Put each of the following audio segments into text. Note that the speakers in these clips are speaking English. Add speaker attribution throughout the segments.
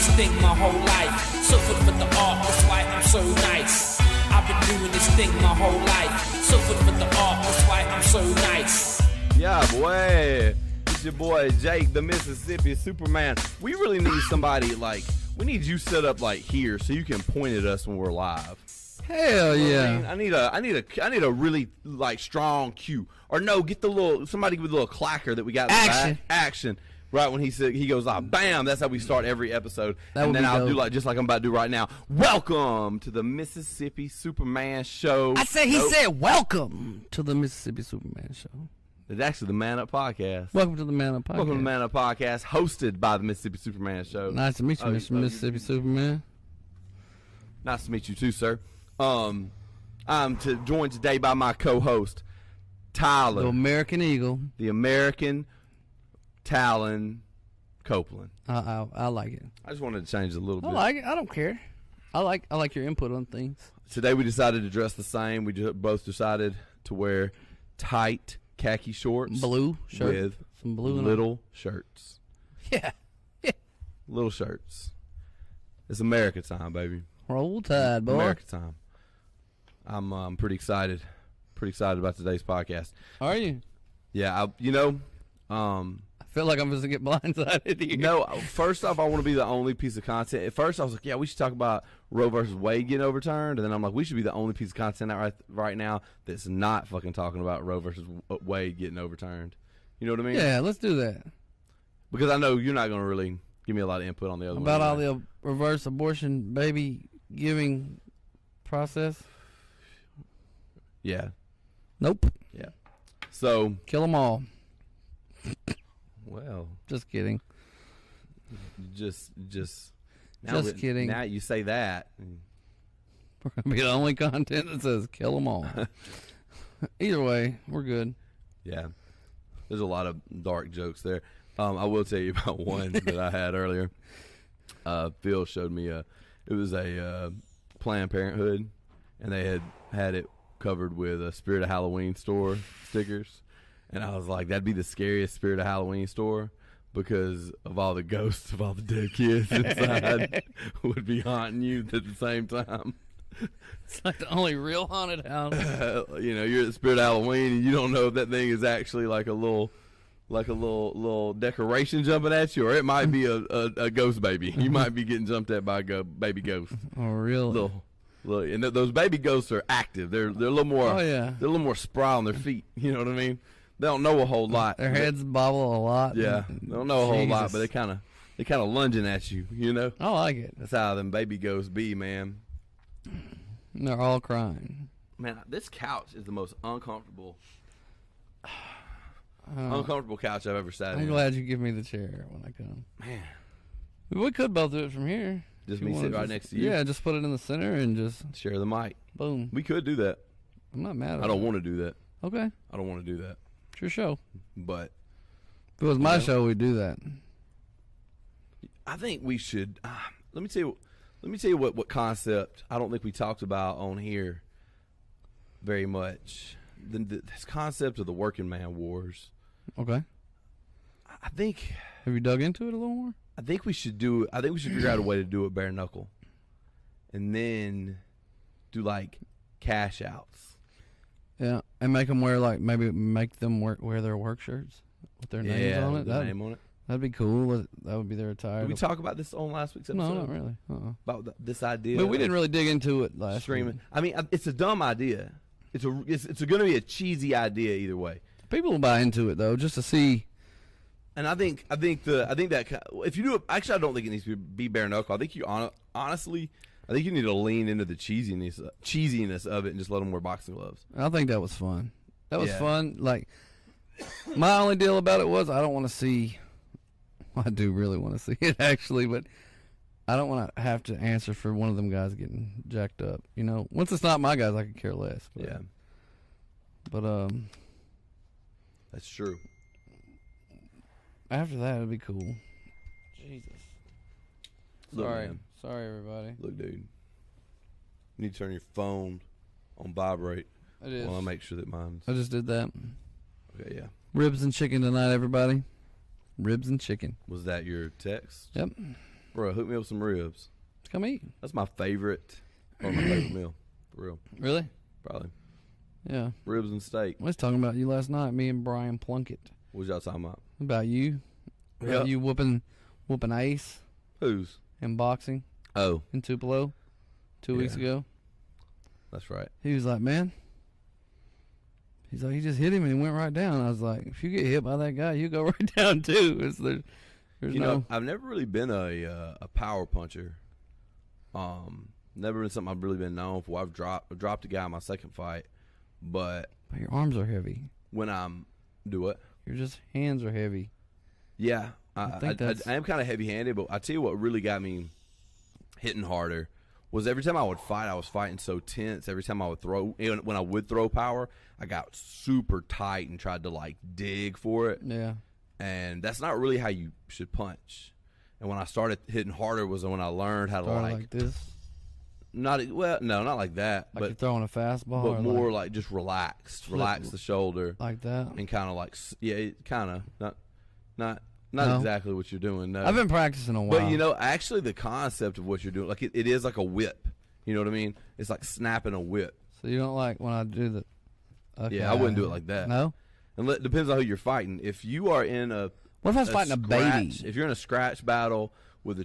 Speaker 1: whole life. Suffered for the art, that's why I'm so nice. I've been doing this thing my whole life. Suffered for the art, that's why I'm so nice.
Speaker 2: Yeah, boy. It's your boy Jake, the Mississippi Superman. We really need somebody like we need you set up like here so you can point at us when we're live.
Speaker 3: Hell
Speaker 2: I, mean,
Speaker 3: yeah.
Speaker 2: I need a I need a I need a really like strong cue. Or no, get the little somebody with a little clacker that we got. in the back.
Speaker 3: Action.
Speaker 2: action. Right when he said he goes off, bam! That's how we start every episode.
Speaker 3: That
Speaker 2: and
Speaker 3: would
Speaker 2: then
Speaker 3: be
Speaker 2: I'll do
Speaker 3: dope.
Speaker 2: like just like I'm about to do right now. Welcome to the Mississippi Superman Show.
Speaker 3: I said he
Speaker 2: Nope.
Speaker 3: said welcome to the Mississippi Superman show.
Speaker 2: it's actually the Man Up Podcast.
Speaker 3: Welcome to the Man Up Podcast.
Speaker 2: Welcome to the Man Up Podcast, hosted by the Mississippi Superman Show.
Speaker 3: Nice to meet you,
Speaker 2: Oh, you-
Speaker 3: Mr.
Speaker 2: oh, you-
Speaker 3: Mississippi Superman.
Speaker 2: Nice to meet you too, sir. Um, I'm to, joined today by my co-host Tyler,
Speaker 3: The American Eagle.
Speaker 2: the American Talon Copeland.
Speaker 3: I, I, I like it.
Speaker 2: I just wanted to change it a little
Speaker 3: I
Speaker 2: bit.
Speaker 3: like it. I don't care. I like I like your input on things.
Speaker 2: today we decided to dress the same. We ju- both decided to wear tight khaki shorts,
Speaker 3: Blue shirt.
Speaker 2: with
Speaker 3: Some blue and
Speaker 2: little shirts,
Speaker 3: Yeah.
Speaker 2: little shirts. It's America time, baby.
Speaker 3: Roll Tide, boy.
Speaker 2: America time. I'm um, pretty excited. Pretty excited about today's podcast.
Speaker 3: Are you?
Speaker 2: Yeah, I, you know, um,
Speaker 3: I feel like I'm just gonna get blindsided here.
Speaker 2: no. First off, I want to be the only piece of content. At first, I was like, yeah, we should talk about Roe versus Wade getting overturned, and then I'm like, we should be the only piece of content out right right now that's not fucking talking about Roe versus W- uh, Wade getting overturned. You know what I mean?
Speaker 3: Yeah, let's do that.
Speaker 2: Because I know you're not gonna really give me a lot of input on the other
Speaker 3: About
Speaker 2: one.
Speaker 3: all the reverse abortion baby giving process.
Speaker 2: yeah,
Speaker 3: Nope.
Speaker 2: yeah. So
Speaker 3: Kill them all.
Speaker 2: well,
Speaker 3: Just kidding.
Speaker 2: just just
Speaker 3: Just
Speaker 2: that-
Speaker 3: kidding.
Speaker 2: Now you say that.
Speaker 3: We're gonna be the only content that says kill them all. Either way, we're good.
Speaker 2: Yeah. There's a lot of dark jokes there. Um, I will tell you about one that I had earlier. Uh, Phil showed me a, it was a uh, Planned Parenthood, and they had had it covered with a Spirit of Halloween store stickers, and I was like, that'd be the scariest Spirit of Halloween store because of all the ghosts of all the dead kids inside would be haunting you at the same time.
Speaker 3: It's like the only real haunted house.
Speaker 2: Uh, you know, you're at Spirit Halloween and you don't know if that thing is actually like a little like a little little decoration jumping at you, or it might be a, a, a ghost baby.
Speaker 3: Mm-hmm.
Speaker 2: You might be getting jumped at by a go- baby ghost.
Speaker 3: Oh, really?
Speaker 2: Little, little, and th- those baby ghosts are active. They're they're a little more.
Speaker 3: Oh, yeah.
Speaker 2: They're a little more spry on their feet. You know what I mean? They don't know a whole lot.
Speaker 3: Mm, Their heads bobble a lot.
Speaker 2: Yeah, they don't know a whole lot,
Speaker 3: Jesus.
Speaker 2: but they kind of they kind of lunging at you. You know,
Speaker 3: I like it.
Speaker 2: that's how them baby ghosts be, man.
Speaker 3: And they're all crying.
Speaker 2: Man, this couch is the most uncomfortable, uncomfortable couch I've ever sat
Speaker 3: Uh, I'm
Speaker 2: in.
Speaker 3: glad you give me the chair when I come.
Speaker 2: Man,
Speaker 3: We could both do it from here.
Speaker 2: Just
Speaker 3: If you
Speaker 2: me
Speaker 3: wanna
Speaker 2: sitting right
Speaker 3: just-
Speaker 2: next to you?
Speaker 3: Yeah, just put it in the center and just
Speaker 2: share the mic.
Speaker 3: boom.
Speaker 2: We could do that.
Speaker 3: I'm not mad. At
Speaker 2: I don't want to do that.
Speaker 3: It. Okay,
Speaker 2: I don't want to do that.
Speaker 3: it's your show.
Speaker 2: But
Speaker 3: If it was my
Speaker 2: Yeah.
Speaker 3: show, we'd do that.
Speaker 2: I think we should. Uh, let me tell you. Let me tell you what what concept I don't think we talked about on here very much. The, the, this concept of the working man wars.
Speaker 3: Okay.
Speaker 2: I- I think.
Speaker 3: Have you dug into it a little more?
Speaker 2: I think we should do. I think we should figure out a way to do it bare knuckle, and then do like cash outs.
Speaker 3: Yeah, and make them wear like maybe make them wear, wear their work shirts with their names on
Speaker 2: with
Speaker 3: it.
Speaker 2: the
Speaker 3: That'd,
Speaker 2: name on it.
Speaker 3: that'd be cool. That would be their attire.
Speaker 2: Did we talk about this on last week's episode?
Speaker 3: no, not really. Uh-uh.
Speaker 2: About th- this idea.
Speaker 3: But we didn't
Speaker 2: of
Speaker 3: really dig into it last
Speaker 2: screaming.
Speaker 3: week.
Speaker 2: I mean, I- it's a dumb idea. It's a it's, it's going to be a cheesy idea either way.
Speaker 3: People will buy into it though, just to see.
Speaker 2: And I think I think the I think that ki- if you do it, actually I don't think it needs to be bare knuckle. I think you hon- honestly, I think you need to lean into the cheesiness cheesiness of it and just let them wear boxing gloves.
Speaker 3: I think that was fun. That was
Speaker 2: Yeah.
Speaker 3: fun. Like my only deal about it was I don't want to see. well, I do really want to see it actually, but I don't want to have to answer for one of them guys getting jacked up. You know, once it's not my guys, I could care less. But,
Speaker 2: Yeah,
Speaker 3: But um,
Speaker 2: that's true.
Speaker 3: after that, it'd be cool. Jesus.
Speaker 2: Look,
Speaker 3: Sorry.
Speaker 2: man.
Speaker 3: Sorry, everybody.
Speaker 2: Look, dude. You need to turn your phone on vibrate
Speaker 3: It is.
Speaker 2: while I make sure that mine's
Speaker 3: I just did that.
Speaker 2: okay. Yeah.
Speaker 3: Ribs and chicken tonight, everybody. Ribs and chicken.
Speaker 2: Was that your text?
Speaker 3: Yep.
Speaker 2: Bro, hook me up some ribs.
Speaker 3: Come eat.
Speaker 2: That's my favorite, or my favorite meal, for real.
Speaker 3: Really?
Speaker 2: Probably
Speaker 3: Yeah.
Speaker 2: ribs and steak.
Speaker 3: I was talking about you last night, me and Brian Plunkett.
Speaker 2: What was y'all talking about?
Speaker 3: About you.
Speaker 2: Yeah.
Speaker 3: About you whooping whooping ace
Speaker 2: Who's?
Speaker 3: in boxing
Speaker 2: Oh,
Speaker 3: in Tupelo two weeks
Speaker 2: Yeah.
Speaker 3: ago.
Speaker 2: that's right.
Speaker 3: He was like, Man. He's like, he just hit him and he went right down. I was like, if you get hit by that guy, you go right down too. It's there, there's
Speaker 2: you
Speaker 3: no
Speaker 2: know, I've never really been a uh, a power puncher. Um, never been something I've really been known for. I've dropped dropped a guy in my second fight, but
Speaker 3: but your arms are heavy.
Speaker 2: when I'm do it,
Speaker 3: Your just hands are heavy.
Speaker 2: yeah, I,
Speaker 3: I think
Speaker 2: I, I-
Speaker 3: that's-
Speaker 2: I am kind of heavy handed. But I tell you what, really got me hitting harder was every time I would fight, I was fighting so tense. Every time I would throw, and when I would throw power, I got super tight and tried to like dig for it.
Speaker 3: Yeah.
Speaker 2: and that's not really how you should punch. And when I started hitting harder was when I learned how to
Speaker 3: Or
Speaker 2: like,
Speaker 3: like, this.
Speaker 2: not e, well, no, not like that,
Speaker 3: Like you're
Speaker 2: but
Speaker 3: throwing a fastball
Speaker 2: but
Speaker 3: or
Speaker 2: more
Speaker 3: like,
Speaker 2: like, just relaxed, relax the shoulder,
Speaker 3: like that.
Speaker 2: and kind of like s- yeah, kind of not not not
Speaker 3: No.
Speaker 2: exactly what you're doing. No,
Speaker 3: I've been practicing a while.
Speaker 2: uh, but you know, actually, the concept of what you're doing, like it, it is like a whip. You know what I mean? It's like snapping a whip.
Speaker 3: so you don't like when I do the. Okay. uh,
Speaker 2: Yeah, I wouldn't do it like that.
Speaker 3: No.
Speaker 2: And let, depends on who you're fighting. If you are in a
Speaker 3: What if I was
Speaker 2: a
Speaker 3: fighting a baby?
Speaker 2: scratch- If you're in a scratch battle with a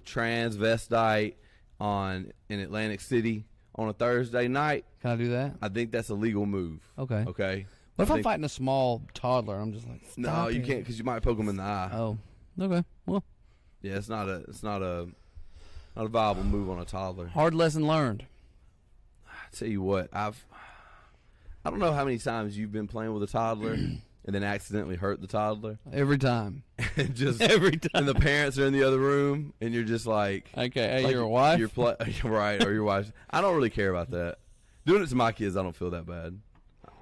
Speaker 2: transvestite on in Atlantic City on a Thursday night,
Speaker 3: Can I do that?
Speaker 2: I think that's a legal move.
Speaker 3: Okay.
Speaker 2: Okay.
Speaker 3: What if
Speaker 2: I
Speaker 3: I'm
Speaker 2: think-
Speaker 3: fighting a small toddler? I'm just like.
Speaker 2: No,
Speaker 3: "Stop
Speaker 2: you
Speaker 3: it."
Speaker 2: can't because you might poke them in the eye.
Speaker 3: Oh. Okay. Well,
Speaker 2: Yeah, it's not a it's not a not a viable move on a toddler.
Speaker 3: hard lesson learned.
Speaker 2: I tell you what, I've I don't know how many times you've been playing with a toddler and then accidentally hurt the toddler
Speaker 3: Every time.
Speaker 2: and just
Speaker 3: Every time.
Speaker 2: and the parents are in the other room and you're just like
Speaker 3: Okay. Hey,
Speaker 2: Like,
Speaker 3: your wife.
Speaker 2: Your pla- right, or your wife. I don't really care about that. Doing it to my kids, I don't feel that bad.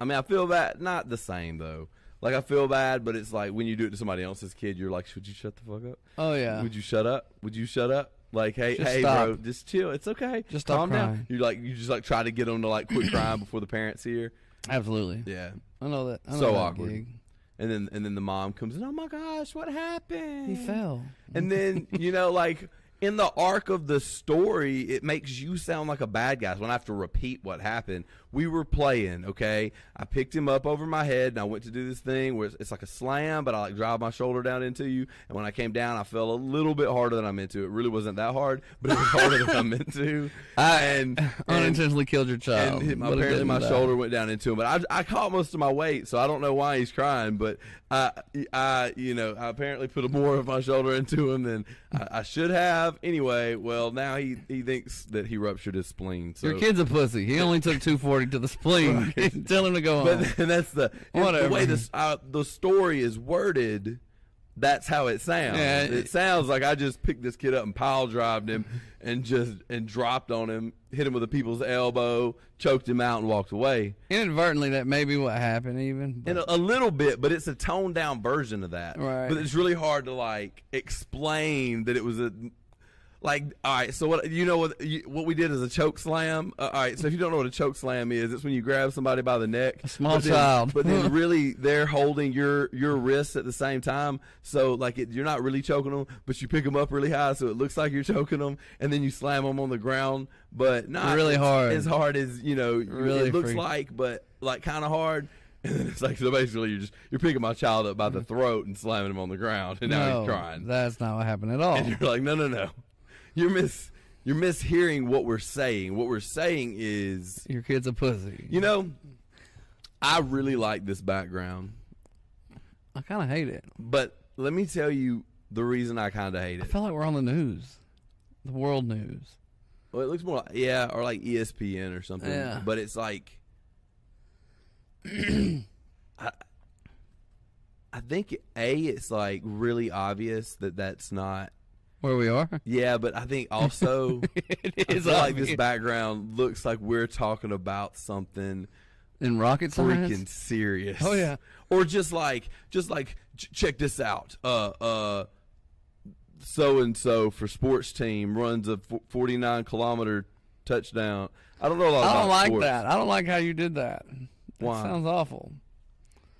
Speaker 2: I mean, I feel bad, not the same though. Like I feel bad, but it's like when you do it to somebody else's kid, you're like, should you shut the fuck up?
Speaker 3: oh yeah.
Speaker 2: Would you shut up? Would you shut up? Like, hey,
Speaker 3: Just
Speaker 2: hey,
Speaker 3: stop.
Speaker 2: bro, just chill. It's okay.
Speaker 3: Just stop
Speaker 2: calm
Speaker 3: crying.
Speaker 2: down. You like, you just like try to get them to like quit crying before the parents hear.
Speaker 3: Absolutely.
Speaker 2: Yeah.
Speaker 3: I know that. I know
Speaker 2: So
Speaker 3: that
Speaker 2: awkward.
Speaker 3: Gig.
Speaker 2: And then and then the mom comes in. Oh my gosh, what happened?
Speaker 3: He fell.
Speaker 2: And then, you know, like in the arc of the story, it makes you sound like a bad guy. So when I have to repeat what happened, we were playing, okay? I picked him up over my head and I went to do this thing where it's, it's like a slam, but I like drive my shoulder down into you. And when I came down, I fell a little bit harder than I'm into. It really wasn't that hard, but it was harder than I'm into. And, and
Speaker 3: Unintentionally killed your child.
Speaker 2: and hit my,
Speaker 3: Um, but it
Speaker 2: apparently
Speaker 3: didn't
Speaker 2: my
Speaker 3: die.
Speaker 2: shoulder went down into him. But I, I caught most of my weight, so I don't know why he's crying. But I, I you know, I apparently put more of my shoulder into him than I, I should have. Anyway, well, now he, he thinks that he ruptured his spleen. So.
Speaker 3: Your kid's a pussy. He only took 240 to the spleen. Tell him to go
Speaker 2: But
Speaker 3: home.
Speaker 2: then that's the, the
Speaker 3: Whatever.
Speaker 2: way this uh, the story is worded. That's how it sounds.
Speaker 3: Yeah,
Speaker 2: it,
Speaker 3: it-
Speaker 2: sounds like I just picked this kid up and pile drived him, and just and dropped on him, hit him with a people's elbow, choked him out, and walked away.
Speaker 3: Inadvertently, that may be what happened, even.
Speaker 2: And
Speaker 3: But
Speaker 2: a, a little bit, but it's a toned down version of that.
Speaker 3: Right.
Speaker 2: But it's really hard to like explain that it was a like. All right, so what you know what you, what we did is a choke slam. Uh, all right, so if you don't know what a choke slam is, it's when you grab somebody by the neck, a
Speaker 3: small
Speaker 2: but then,
Speaker 3: child.
Speaker 2: but then really they're holding your your wrists at the same time. So like it, you're not really choking them, but you pick them up really high, so it looks like you're choking them, and then you slam them on the ground, but not
Speaker 3: Really
Speaker 2: as-
Speaker 3: hard.
Speaker 2: as hard as you know.
Speaker 3: Really
Speaker 2: it looks
Speaker 3: freak-
Speaker 2: like like, but like kind of hard. And then it's like so basically you're just you're picking my child up by the throat and slamming him on the ground, and now
Speaker 3: Mm-hmm. no,
Speaker 2: he's crying.
Speaker 3: that's not what happened at all.
Speaker 2: and you're like, no, no, no, you're mis you're mishearing what we're saying. What we're saying is,
Speaker 3: Your kid's a pussy.
Speaker 2: you know, I really like this background,
Speaker 3: I kind of hate it.
Speaker 2: but let me tell you the reason I kind of hate
Speaker 3: I
Speaker 2: it.
Speaker 3: feel like we're on the news, the world news.
Speaker 2: Well, it looks more like, yeah, or like E ESPN or something.
Speaker 3: Yeah.
Speaker 2: But it's like I, I think A it's like really obvious that that's not
Speaker 3: Where we are?
Speaker 2: yeah, but I think also
Speaker 3: it
Speaker 2: I feel like this background looks like we're talking about something
Speaker 3: in rocket science.
Speaker 2: freaking serious.
Speaker 3: Oh, yeah.
Speaker 2: Or just like just like ch- check this out. Uh uh so and so for sports team runs a fo- 49 kilometer touchdown. I don't know a lot
Speaker 3: I
Speaker 2: about
Speaker 3: don't like
Speaker 2: sports.
Speaker 3: that. I don't like how you did that. That
Speaker 2: Why?
Speaker 3: sounds awful.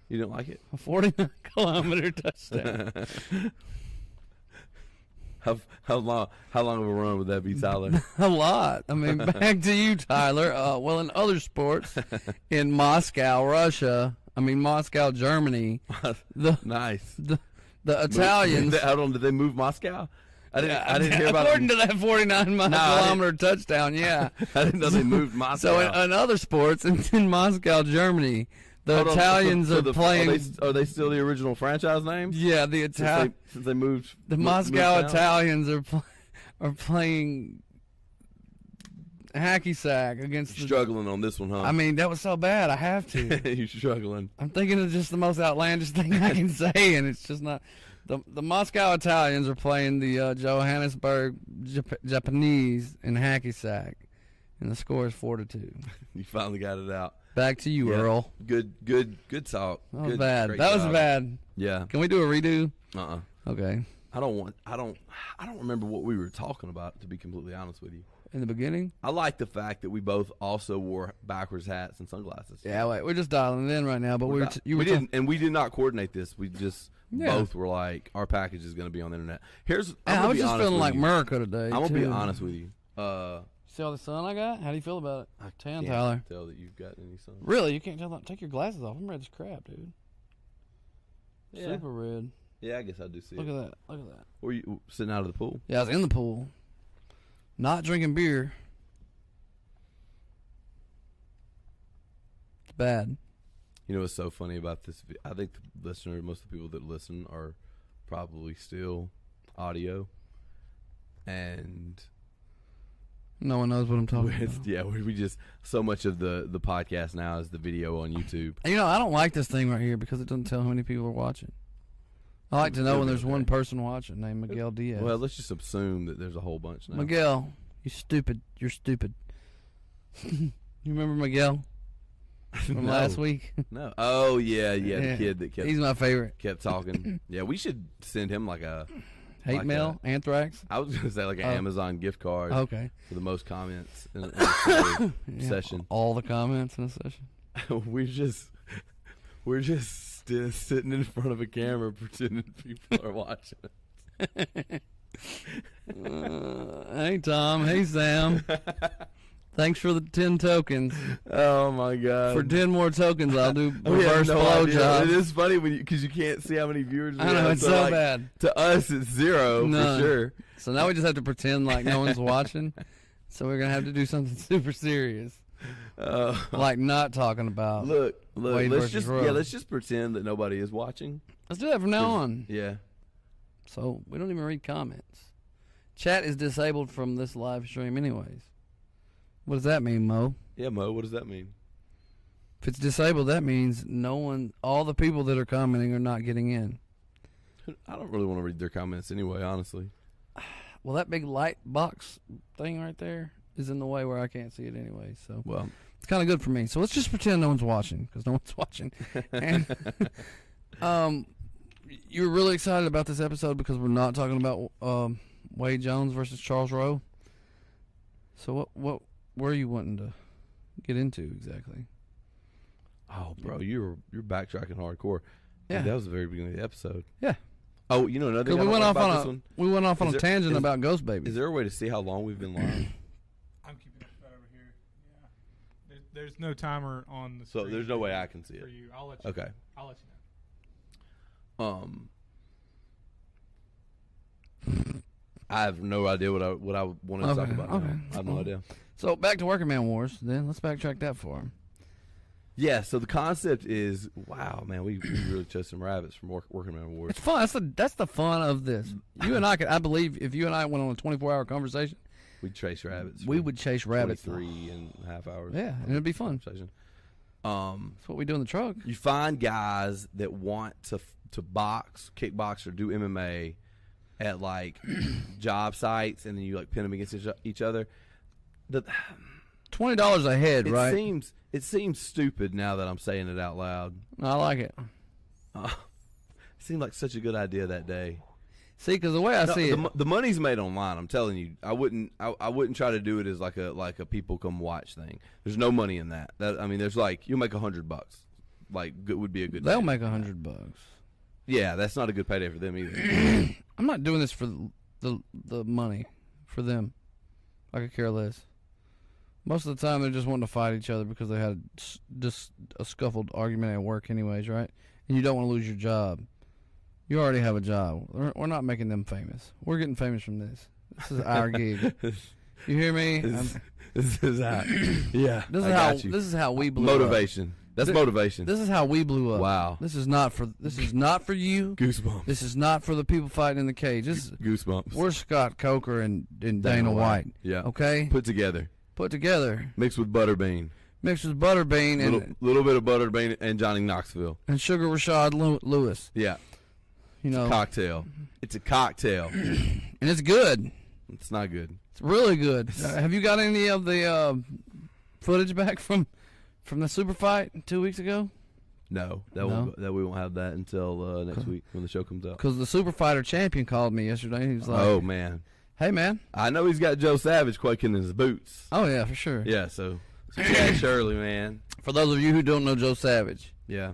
Speaker 2: You didn't like it?
Speaker 3: A 49 kilometer touchdown.
Speaker 2: How how long how long of a run would that be, Tyler?
Speaker 3: A lot. I mean, back to you, Tyler. Uh, well, in other sports, in Moscow, Russia, I mean Moscow, Germany, the
Speaker 2: nice.
Speaker 3: the, the
Speaker 2: Mo-
Speaker 3: Italians.
Speaker 2: They- Hold on, did they move Moscow? I didn't. I didn't hear about.
Speaker 3: According to that 49
Speaker 2: I
Speaker 3: mile
Speaker 2: didn't-
Speaker 3: kilometer touchdown, yeah.
Speaker 2: I didn't know they moved Moscow.
Speaker 3: So uh, in, in other sports, in, in Moscow, Germany, the
Speaker 2: Hold on, so-
Speaker 3: Italians
Speaker 2: so
Speaker 3: are
Speaker 2: the-
Speaker 3: playing.
Speaker 2: Are they, are they still the original franchise name?
Speaker 3: yeah, the
Speaker 2: Since,
Speaker 3: Italian.
Speaker 2: they, since they moved
Speaker 3: The
Speaker 2: mo-
Speaker 3: Moscow
Speaker 2: moved down?
Speaker 3: Italians are pl- are playing hacky sack against.
Speaker 2: You're
Speaker 3: The,
Speaker 2: struggling on this one, huh?
Speaker 3: I mean, that was so bad. I have to.
Speaker 2: you're struggling.
Speaker 3: I'm thinking of just the most outlandish thing I can say, and it's just not. The, the Moscow Italians are playing the uh, Johannesburg Jap- Japanese in hacky sack, and the score is four to two.
Speaker 2: You finally got it out.
Speaker 3: Back to you,
Speaker 2: Yeah.
Speaker 3: Earl.
Speaker 2: Good, good, good talk.
Speaker 3: That was
Speaker 2: Good-
Speaker 3: bad.
Speaker 2: great
Speaker 3: That was
Speaker 2: job.
Speaker 3: bad.
Speaker 2: Yeah.
Speaker 3: Can we do a redo?
Speaker 2: Uh. uh
Speaker 3: Okay.
Speaker 2: I don't want. I don't. I don't remember what we were talking about. To be completely honest with you,
Speaker 3: In the beginning?
Speaker 2: I like the fact that we both also wore backwards hats and sunglasses.
Speaker 3: Yeah. Wait. We're just dialing it in right now, but we were t- you were
Speaker 2: we
Speaker 3: ta-
Speaker 2: didn't, and we did not coordinate this. We just
Speaker 3: Yeah.
Speaker 2: both were like, our package is going to be on the internet. Here's. I'm
Speaker 3: Man,
Speaker 2: gonna
Speaker 3: I was
Speaker 2: be
Speaker 3: just
Speaker 2: honest
Speaker 3: feeling
Speaker 2: with
Speaker 3: like
Speaker 2: you.
Speaker 3: America today.
Speaker 2: I'm gonna be
Speaker 3: too.
Speaker 2: honest with you. Uh,
Speaker 3: See all the sun I got? How do you feel about it? I Tan,
Speaker 2: can't
Speaker 3: Tyler.
Speaker 2: Tell that you've got any sun.
Speaker 3: Really? You can't tell that? Take your glasses off. I'm red as crap, dude.
Speaker 2: Yeah.
Speaker 3: Super red.
Speaker 2: Yeah, I guess I do see
Speaker 3: Look
Speaker 2: it.
Speaker 3: at that. Look at that.
Speaker 2: Were you sitting out of the pool?
Speaker 3: Yeah, I was in the pool, not drinking beer. It's bad.
Speaker 2: You know what's so funny about this? vi- I think the listener, most of the people that listen, are probably still audio, and
Speaker 3: No one knows what I'm talking
Speaker 2: it's,
Speaker 3: about.
Speaker 2: yeah, we we just so much of the the podcast now is the video on YouTube.
Speaker 3: You know, I don't like this thing right here because it doesn't tell how many people are watching. I like to know when there's one person watching named Miguel Diaz.
Speaker 2: Well, let's just assume that there's a whole bunch now.
Speaker 3: Miguel, you stupid. You're stupid. you remember Miguel from
Speaker 2: No.
Speaker 3: last week?
Speaker 2: No. Oh yeah, yeah,
Speaker 3: Yeah.
Speaker 2: the kid that kept
Speaker 3: He's my favorite.
Speaker 2: kept talking. yeah, we should send him like a.
Speaker 3: Hate
Speaker 2: Like
Speaker 3: mail, anthrax.
Speaker 2: I was gonna say like an
Speaker 3: Oh.
Speaker 2: Amazon gift card
Speaker 3: Okay.
Speaker 2: for the most comments in, in a
Speaker 3: Yeah,
Speaker 2: session.
Speaker 3: All the comments in a session.
Speaker 2: we're just we're just sti- sitting in front of a camera pretending people are watching.
Speaker 3: Uh, hey Tom. Hey Sam. Thanks for the ten tokens.
Speaker 2: Oh my god!
Speaker 3: For ten more tokens, I'll do
Speaker 2: We have
Speaker 3: reverse
Speaker 2: no idea. It
Speaker 3: blowjob.
Speaker 2: is funny when because you, can't see how many viewers. we
Speaker 3: I know
Speaker 2: have,
Speaker 3: it's so
Speaker 2: like,
Speaker 3: bad.
Speaker 2: To us, it's zero
Speaker 3: No.
Speaker 2: for sure.
Speaker 3: So now we just have to pretend like no one's watching. So we're gonna have to do something super serious,
Speaker 2: Uh,
Speaker 3: like not talking about.
Speaker 2: look, look.
Speaker 3: Wade
Speaker 2: let's
Speaker 3: versus
Speaker 2: just
Speaker 3: Roe.
Speaker 2: yeah. Let's just pretend that nobody is watching.
Speaker 3: Let's do that from now on.
Speaker 2: Yeah.
Speaker 3: So we don't even read comments. Chat is disabled from this live stream, anyways. What does that mean, Mo?
Speaker 2: Yeah, Mo. What does that mean?
Speaker 3: If it's disabled, that means no one, all the people that are commenting are not getting in.
Speaker 2: I don't really want to read their comments anyway. Honestly,
Speaker 3: Well, that big light box thing right there is in the way where I can't see it anyway. So
Speaker 2: well,
Speaker 3: it's kind of good for me. So let's just pretend no one's watching because no one's watching. And, um, you were really excited about this episode because we're not talking about um, Wade Jones versus Charles Rowe. So what what were you wanting to get into exactly?
Speaker 2: oh, bro, you're you're backtracking hardcore. Dude,
Speaker 3: Yeah.
Speaker 2: that was the very beginning of the episode.
Speaker 3: Yeah.
Speaker 2: Oh, you know another
Speaker 3: 'Cause
Speaker 2: thing I
Speaker 3: we
Speaker 2: don't
Speaker 3: went
Speaker 2: know
Speaker 3: off
Speaker 2: about
Speaker 3: on
Speaker 2: this
Speaker 3: a
Speaker 2: one.
Speaker 3: we went off on
Speaker 2: Is
Speaker 3: a
Speaker 2: there-
Speaker 3: tangent
Speaker 2: is-
Speaker 3: about Ghost Babies.
Speaker 2: Is there a way to see how long we've been live?
Speaker 4: I'm keeping it right over here. Yeah. There, there's no timer on the
Speaker 2: so
Speaker 4: screen
Speaker 2: there's no way I can see
Speaker 4: for
Speaker 2: it.
Speaker 4: you. I'll let you.
Speaker 2: Okay.
Speaker 4: I'll let you know.
Speaker 2: Um, I have no idea what I what I wanted to talk
Speaker 3: Okay,
Speaker 2: about.
Speaker 3: okay.
Speaker 2: Now. I have no idea.
Speaker 3: so back to Working Man Wars. Then let's backtrack that for him.
Speaker 2: Yeah. So the concept is, wow, man, we, we really chose some rabbits from work, working on awards.
Speaker 3: It's fun. That's the that's the fun of this. You and I could I believe if you and I went on a 24 hour conversation,
Speaker 2: We trace rabbits.
Speaker 3: we
Speaker 2: for
Speaker 3: would chase rabbits.
Speaker 2: 23 and a half hours.
Speaker 3: Yeah, and it'd be fun.
Speaker 2: Conversation. Um,
Speaker 3: That's what we do in the truck.
Speaker 2: you find guys that want to to box, kickbox, or do MMA at like job sites, and then you like pin them against each- each other. The,
Speaker 3: Twenty dollars a head,
Speaker 2: it
Speaker 3: right?
Speaker 2: seems it seems stupid now that I'm saying it out loud.
Speaker 3: I like it.
Speaker 2: Uh, it seemed like such a good idea that day.
Speaker 3: See, because the way I
Speaker 2: No,
Speaker 3: see
Speaker 2: the,
Speaker 3: it,
Speaker 2: mo- the money's made online. I'm telling you, I wouldn't. I, I wouldn't try to do it as like a like a people come watch thing. There's no money in that. That I mean, there's like you'll make a hundred bucks. Like good would be a good.
Speaker 3: they'll
Speaker 2: day.
Speaker 3: make a hundred bucks.
Speaker 2: Yeah, that's not a good payday for them either.
Speaker 3: I'm not doing this for the the money for them. I could care less. Most of the time, they're just wanting to fight each other because they had s- just a scuffled argument at work, anyways, right? And you don't want to lose your job. You already have a job. We're, we're not making them famous. We're getting famous from this. This is our gig. You hear me? I'm-
Speaker 2: This, this is how. Yeah.
Speaker 3: This
Speaker 2: I
Speaker 3: is how
Speaker 2: got you.
Speaker 3: this is how we blew up.
Speaker 2: motivation. That's
Speaker 3: Th-
Speaker 2: motivation.
Speaker 3: This is how we blew up.
Speaker 2: wow.
Speaker 3: This is not for this is not for you.
Speaker 2: Goosebumps.
Speaker 3: This is not for the people fighting in the cage. This is,
Speaker 2: Goosebumps.
Speaker 3: we're Scott Coker and, and Dana,
Speaker 2: Dana
Speaker 3: White.
Speaker 2: White. Yeah.
Speaker 3: Okay?
Speaker 2: Put together,
Speaker 3: Put together.
Speaker 2: mixed with butterbean,
Speaker 3: Mixed with Butterbean
Speaker 2: little
Speaker 3: and,
Speaker 2: little bit of butterbean and Johnny Knoxville.
Speaker 3: and Sugar Rashad Lew- Lewis.
Speaker 2: Yeah.
Speaker 3: You know.
Speaker 2: Cocktail. It's a cocktail.
Speaker 3: and it's good.
Speaker 2: it's not good.
Speaker 3: It's really good. Uh, have you got any of the uh, footage back from from the super fight two weeks ago?
Speaker 2: No, that
Speaker 3: No?
Speaker 2: won't. Go, that we won't have that until uh, next week when the show comes out.
Speaker 3: Because the super fighter champion called me yesterday. He was like,
Speaker 2: oh man,
Speaker 3: "Hey man,
Speaker 2: I know he's got Joe Savage quaking in his boots.
Speaker 3: oh yeah, for sure."
Speaker 2: Yeah, so, so Chad Shirley, man.
Speaker 3: For those of you who don't know Joe Savage,
Speaker 2: Yeah,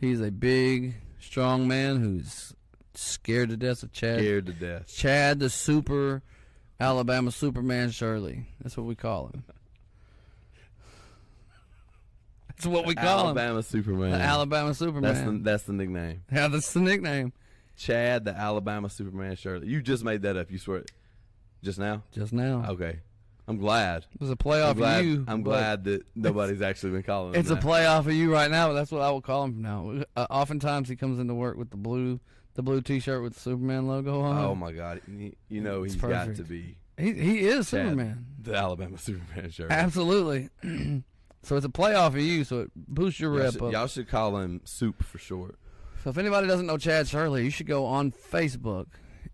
Speaker 3: he's a big, strong man who's scared to death of Chad.
Speaker 2: scared to death.
Speaker 3: Chad the Super Alabama Superman Shirley. That's what we call him. That's what we call him.
Speaker 2: Alabama Superman.
Speaker 3: The Alabama
Speaker 2: that's the
Speaker 3: Superman.
Speaker 2: that's the nickname.
Speaker 3: yeah, that's the nickname.
Speaker 2: Chad the Alabama Superman Shirley. You just made that up. You swear it just now.
Speaker 3: Just now.
Speaker 2: Okay, I'm glad.
Speaker 3: It was a
Speaker 2: I'm
Speaker 3: playoff
Speaker 2: glad,
Speaker 3: of you.
Speaker 2: I'm
Speaker 3: but
Speaker 2: glad that nobody's actually been calling. him
Speaker 3: It's a
Speaker 2: that.
Speaker 3: playoff of you right now, but that's what I will call him from now. Uh, oftentimes he comes into work with the blue the blue t shirt with the Superman logo on.
Speaker 2: Oh my God! You you know
Speaker 3: It's
Speaker 2: he's got
Speaker 3: perfect.
Speaker 2: to be
Speaker 3: He he is
Speaker 2: Chad
Speaker 3: Superman.
Speaker 2: the Alabama Superman Shirley.
Speaker 3: Absolutely. so it's a playoff of you, so it boosts your
Speaker 2: Y'all
Speaker 3: rep
Speaker 2: should,
Speaker 3: up.
Speaker 2: y'all should call him Soup for short.
Speaker 3: So if anybody doesn't know Chad Shirley, you should go on Facebook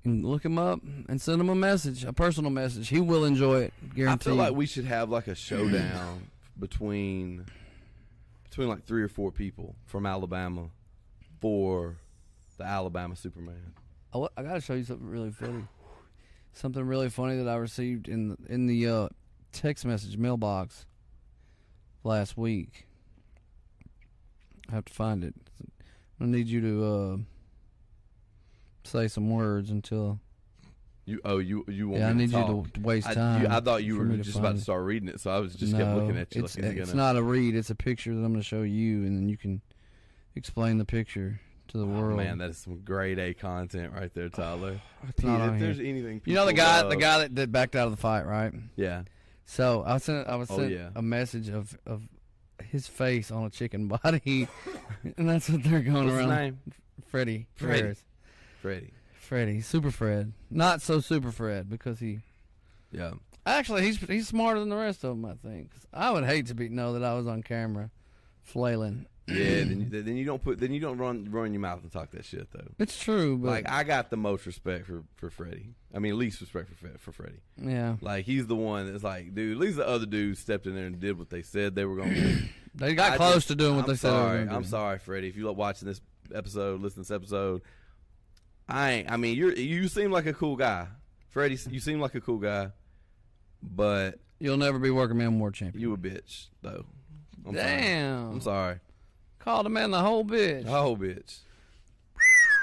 Speaker 3: and look him up and send him a message, a personal message. He will enjoy it,
Speaker 2: I
Speaker 3: guaranteed.
Speaker 2: feel like we should have like a showdown between between like three or four people from Alabama for the Alabama Superman.
Speaker 3: I, wa- I got to show you something really funny. Something really funny that I received in the, in the uh, text message mailbox last week. I have to find it. I need you to uh, say some words until.
Speaker 2: You oh you you want
Speaker 3: Yeah, I
Speaker 2: me
Speaker 3: need
Speaker 2: to
Speaker 3: you
Speaker 2: talk.
Speaker 3: to waste
Speaker 2: I,
Speaker 3: time.
Speaker 2: you- I thought you
Speaker 3: for
Speaker 2: were
Speaker 3: me to
Speaker 2: just about
Speaker 3: find
Speaker 2: to
Speaker 3: it.
Speaker 2: start reading it, so I was just
Speaker 3: No,
Speaker 2: kept looking at you
Speaker 3: It's,
Speaker 2: like is he
Speaker 3: it's
Speaker 2: gonna
Speaker 3: not a read. It's a picture that I'm going to show you, and then you can explain the picture to the
Speaker 2: Oh,
Speaker 3: world.
Speaker 2: man, that is some grade A content right there, Tyler.
Speaker 3: It's not
Speaker 2: Pete,
Speaker 3: on
Speaker 2: if
Speaker 3: here.
Speaker 2: there's anything
Speaker 3: You know the
Speaker 2: people
Speaker 3: guy, the
Speaker 2: love-
Speaker 3: guy that, that backed out of the fight, right?
Speaker 2: Yeah.
Speaker 3: So I sent, I was
Speaker 2: Oh,
Speaker 3: sent
Speaker 2: yeah.
Speaker 3: a message of of his face on a chicken body, and that's what they're going
Speaker 2: What's his
Speaker 3: around.
Speaker 2: name?
Speaker 3: Freddie,
Speaker 2: Freddie.
Speaker 3: Ferris.
Speaker 2: Freddie.
Speaker 3: Freddie, Super Fred, not so Super Fred because he
Speaker 2: Yeah.
Speaker 3: actually he's he's smarter than the rest of them. I think. 'Cause I would hate to be know that I was on camera, flailing.
Speaker 2: Yeah, then, you- then you don't put then you don't run run your mouth and talk that shit though.
Speaker 3: It's true, but
Speaker 2: Like I got the most respect for for Freddie. I mean, least respect for Fre- for Freddie.
Speaker 3: yeah,
Speaker 2: Like he's the one that's like, dude. At least the other dudes stepped in there and did what they said they were going to. do.
Speaker 3: they got
Speaker 2: I
Speaker 3: close
Speaker 2: just-
Speaker 3: to doing what
Speaker 2: I'm
Speaker 3: they said. they were
Speaker 2: sorry.
Speaker 3: gonna do.
Speaker 2: I'm sorry, Freddie. If you look watching this episode, listen to this episode, I ain't. I mean, you're you seem like a cool guy, Freddie. You seem like a cool guy, but
Speaker 3: You'll never be working man war champion.
Speaker 2: you a bitch though. I'm sorry.
Speaker 3: Damn,
Speaker 2: I'm sorry.
Speaker 3: Called a man the whole bitch.
Speaker 2: Oh, bitch.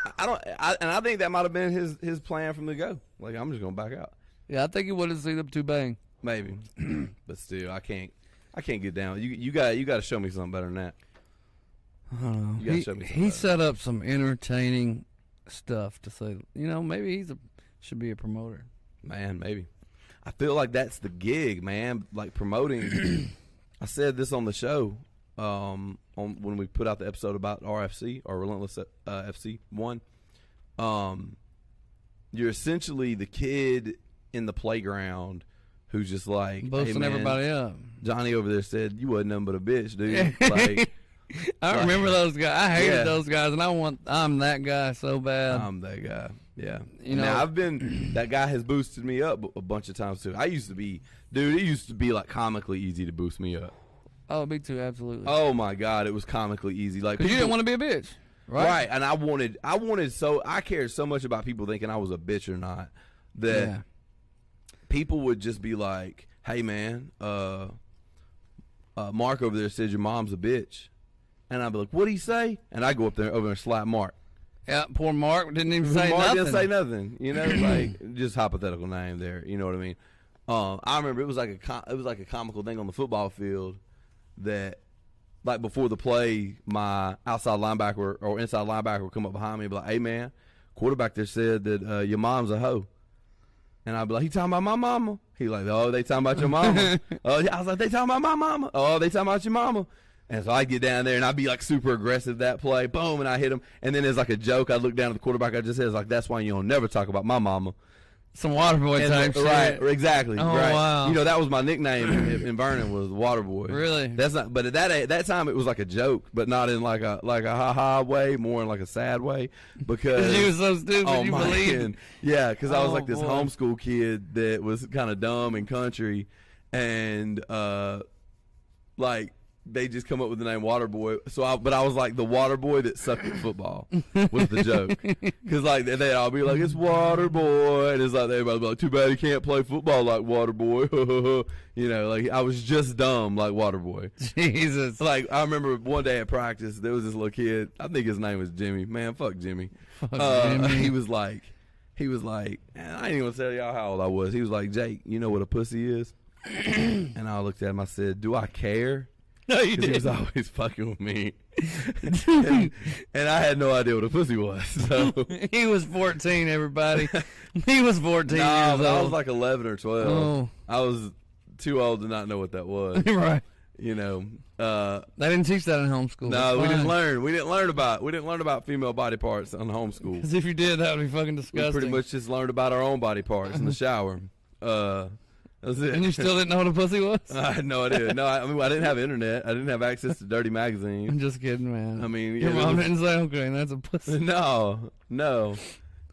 Speaker 2: I- I don't, I, and I think that might have been his his plan from the go. Like I'm just gonna back out,
Speaker 3: Yeah, I think he would have seen them two bang.
Speaker 2: maybe, but still, I can't, I can't get down. You you got you got to show me something better than that.
Speaker 3: I don't know.
Speaker 2: You gotta
Speaker 3: He,
Speaker 2: show me some
Speaker 3: he
Speaker 2: love.
Speaker 3: set up some entertaining stuff to say. You know, maybe he's a should be a promoter.
Speaker 2: Man, maybe. I feel like that's the gig, man. Like promoting. I said this on the show um, on when we put out the episode about RFC or Relentless uh, FC one. Um, you're essentially the kid in the playground who's just like hey,
Speaker 3: Boasting
Speaker 2: man,
Speaker 3: everybody up.
Speaker 2: Johnny over there said you wasn't nothing but a bitch, dude. like
Speaker 3: I
Speaker 2: Like-
Speaker 3: remember those guys. I hated
Speaker 2: Yeah. Um,
Speaker 3: those guys, and I want. I'm that guy so bad.
Speaker 2: I'm that guy. Yeah.
Speaker 3: You know-
Speaker 2: now I've been that guy has boosted me up a bunch of times too. I used to be, dude. It used to be like comically easy to boost me up.
Speaker 3: oh, me too. Absolutely.
Speaker 2: Oh my god, it was comically easy. Like
Speaker 3: Because you didn't
Speaker 2: people-
Speaker 3: want to be a bitch, right?
Speaker 2: right? and I wanted, I wanted so I cared so much about people thinking I was a bitch or not that
Speaker 3: Yeah.
Speaker 2: people would just be like, "Hey man, uh, uh, Mark over there said your mom's a bitch," and I'd be like, "What'd he say?" And I go up there over there and slap Mark.
Speaker 3: Yeah, poor Mark didn't even say
Speaker 2: Mark
Speaker 3: nothing.
Speaker 2: didn't say nothing. You know, like just hypothetical name there. You know what I mean? Um, I remember it was like a com- it was like a comical thing on the football field that like before the play, my outside linebacker or inside linebacker would come up behind me and be like, "Hey man, quarterback there said that uh, your mom's a hoe," and I'd be like, "He talking about my mama?" He like, "Oh, they talking about your mama." Oh, yeah. I was like, "They talking about my mama?" Oh, they talking about your mama. And so I get down there and I'd be like super aggressive that play, boom, and I hit him. And then as like a joke, I look down at the quarterback. I just said, "Like that's why you don't never talk about my mama."
Speaker 3: Some Waterboy
Speaker 2: And
Speaker 3: type
Speaker 2: the-
Speaker 3: shit.
Speaker 2: right, exactly.
Speaker 3: Oh,
Speaker 2: right.
Speaker 3: wow.
Speaker 2: You know that was my nickname in, in Vernon was Waterboy.
Speaker 3: Really?
Speaker 2: That's not. But at that at that time, it was like a joke, but not in like a like a ha ha way, more in like a sad way because
Speaker 3: You was so stupid.
Speaker 2: Oh
Speaker 3: you
Speaker 2: my
Speaker 3: believed.
Speaker 2: God. Yeah, because I was
Speaker 3: Oh,
Speaker 2: like this
Speaker 3: boy.
Speaker 2: homeschool kid that was kind of dumb and country, and uh, like they just come up with the name Waterboy. So, I, but I was like the water boy that sucked at football was the joke. Because like they, they'd all be like, "It's Waterboy," and it's like everybody like, "Too bad he can't play football like Waterboy." you know, like I was just dumb like Waterboy.
Speaker 3: Jesus.
Speaker 2: It's like I remember one day at practice, there was this little kid. I think his name was Jimmy. Man, fuck Jimmy. Uh,
Speaker 3: Jimmy.
Speaker 2: He was like, he was like, and I ain't even gonna tell y'all how old I was. He was like, Jake, you know what a pussy is? and I looked at him. I said, Do I care?
Speaker 3: No, you
Speaker 2: Because he was
Speaker 3: didn't.
Speaker 2: always fucking with me, and, and I had no idea what a pussy was. So.
Speaker 3: He was 14, everybody. he was 14
Speaker 2: Nah,
Speaker 3: years
Speaker 2: but I was
Speaker 3: old.
Speaker 2: like 11 or 12.
Speaker 3: Oh.
Speaker 2: I was too old to not know what that was,
Speaker 3: right.
Speaker 2: you know. Uh,
Speaker 3: They didn't teach that in homeschool.
Speaker 2: No, we didn't learn. We didn't learn about we didn't learn about female body parts on homeschool.
Speaker 3: Because if you did, that would be fucking
Speaker 2: We
Speaker 3: disgusting.
Speaker 2: pretty much just learned about our own body parts in the shower. Uh, that's it.
Speaker 3: and you still didn't know what a pussy was?
Speaker 2: I had no idea. No, I, I mean I didn't have internet. I didn't have access to dirty magazines.
Speaker 3: I'm just kidding, man.
Speaker 2: I mean,
Speaker 3: your
Speaker 2: it
Speaker 3: mom
Speaker 2: was-
Speaker 3: didn't say, okay, that's a pussy.
Speaker 2: No, no,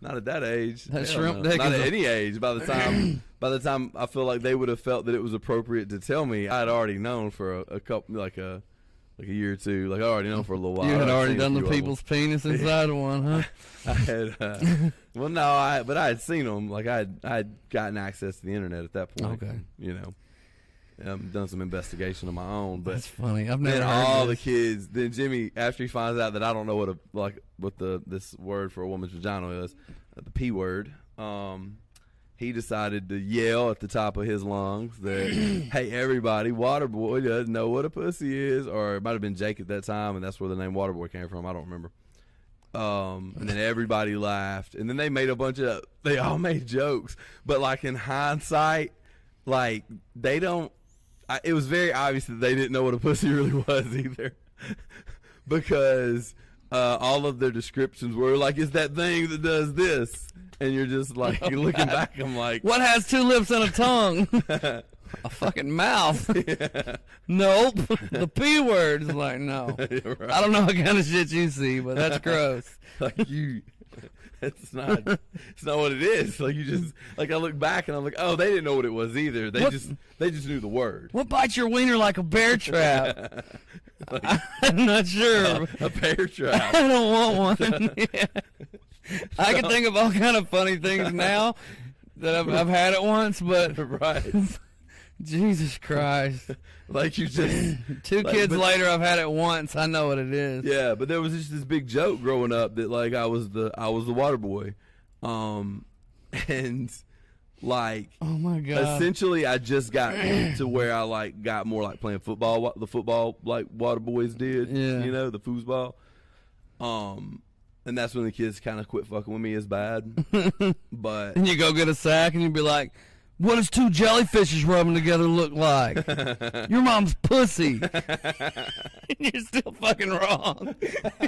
Speaker 2: not at that age.
Speaker 3: That
Speaker 2: Hell
Speaker 3: shrimp
Speaker 2: no.
Speaker 3: dick
Speaker 2: Not
Speaker 3: is
Speaker 2: at
Speaker 3: a-
Speaker 2: any age. By the time, by the time I feel like they would have felt that it was appropriate to tell me, I had already known for a, a couple, like a, like a year or two. Like I already known for a little while.
Speaker 3: You had
Speaker 2: I'd
Speaker 3: already
Speaker 2: seen a
Speaker 3: done the
Speaker 2: few of 'em.
Speaker 3: people's penis inside one, huh?
Speaker 2: I had, uh, well, no, I but I had seen them. Like I had, I had gotten access to the internet at that point.
Speaker 3: Okay.
Speaker 2: you know, and I've done some investigation of my own, but
Speaker 3: That's funny. I've never
Speaker 2: then
Speaker 3: heard
Speaker 2: all the
Speaker 3: this.
Speaker 2: kids. Then Jimmy, after he finds out that I don't know what a like what the this word for a woman's vagina is, uh, the p word. Um, he decided to yell at the top of his lungs that, "Hey, everybody, Waterboy doesn't know what a pussy is," or it might have been Jake at that time, and that's where the name Waterboy came from. I don't remember. Um, and then everybody laughed, and then they made a bunch of they all made jokes, but like in hindsight, like they don't. I, it was very obvious that they didn't know what a pussy really was either, because uh, all of their descriptions were like, "It's that thing that does this," and you're just like looking back. I'm like,
Speaker 3: What has two lips and a tongue? a fucking mouth. nope. The P word is like, no.
Speaker 2: Right.
Speaker 3: I don't know what kind of shit you see, but that's gross.
Speaker 2: like you it's not it's not what it is like you just like i look back and i'm like oh they didn't know what it was either they
Speaker 3: What-
Speaker 2: just they just knew the word
Speaker 3: What bites your wiener like a bear trap? I'm not sure.
Speaker 2: uh, a bear trap
Speaker 3: I don't want one. Yeah. I can think of all kind of funny things now that I've, I've had it once, but
Speaker 2: right
Speaker 3: Jesus Christ.
Speaker 2: like you just
Speaker 3: Two
Speaker 2: Like,
Speaker 3: kids
Speaker 2: but-
Speaker 3: later, I've had it once. I know what it is.
Speaker 2: yeah but there was just this big joke growing up that like i was the i was the water boy um and like
Speaker 3: Oh my God.
Speaker 2: essentially i just got to where i like got more like playing football what the football like water boys did
Speaker 3: Yeah.
Speaker 2: you know the foosball um and that's when the kids kind of quit fucking with me as bad but
Speaker 3: and you go get a sack and you be like, what does two jellyfishes rubbing together look like? Your mom's pussy. and you're still fucking wrong.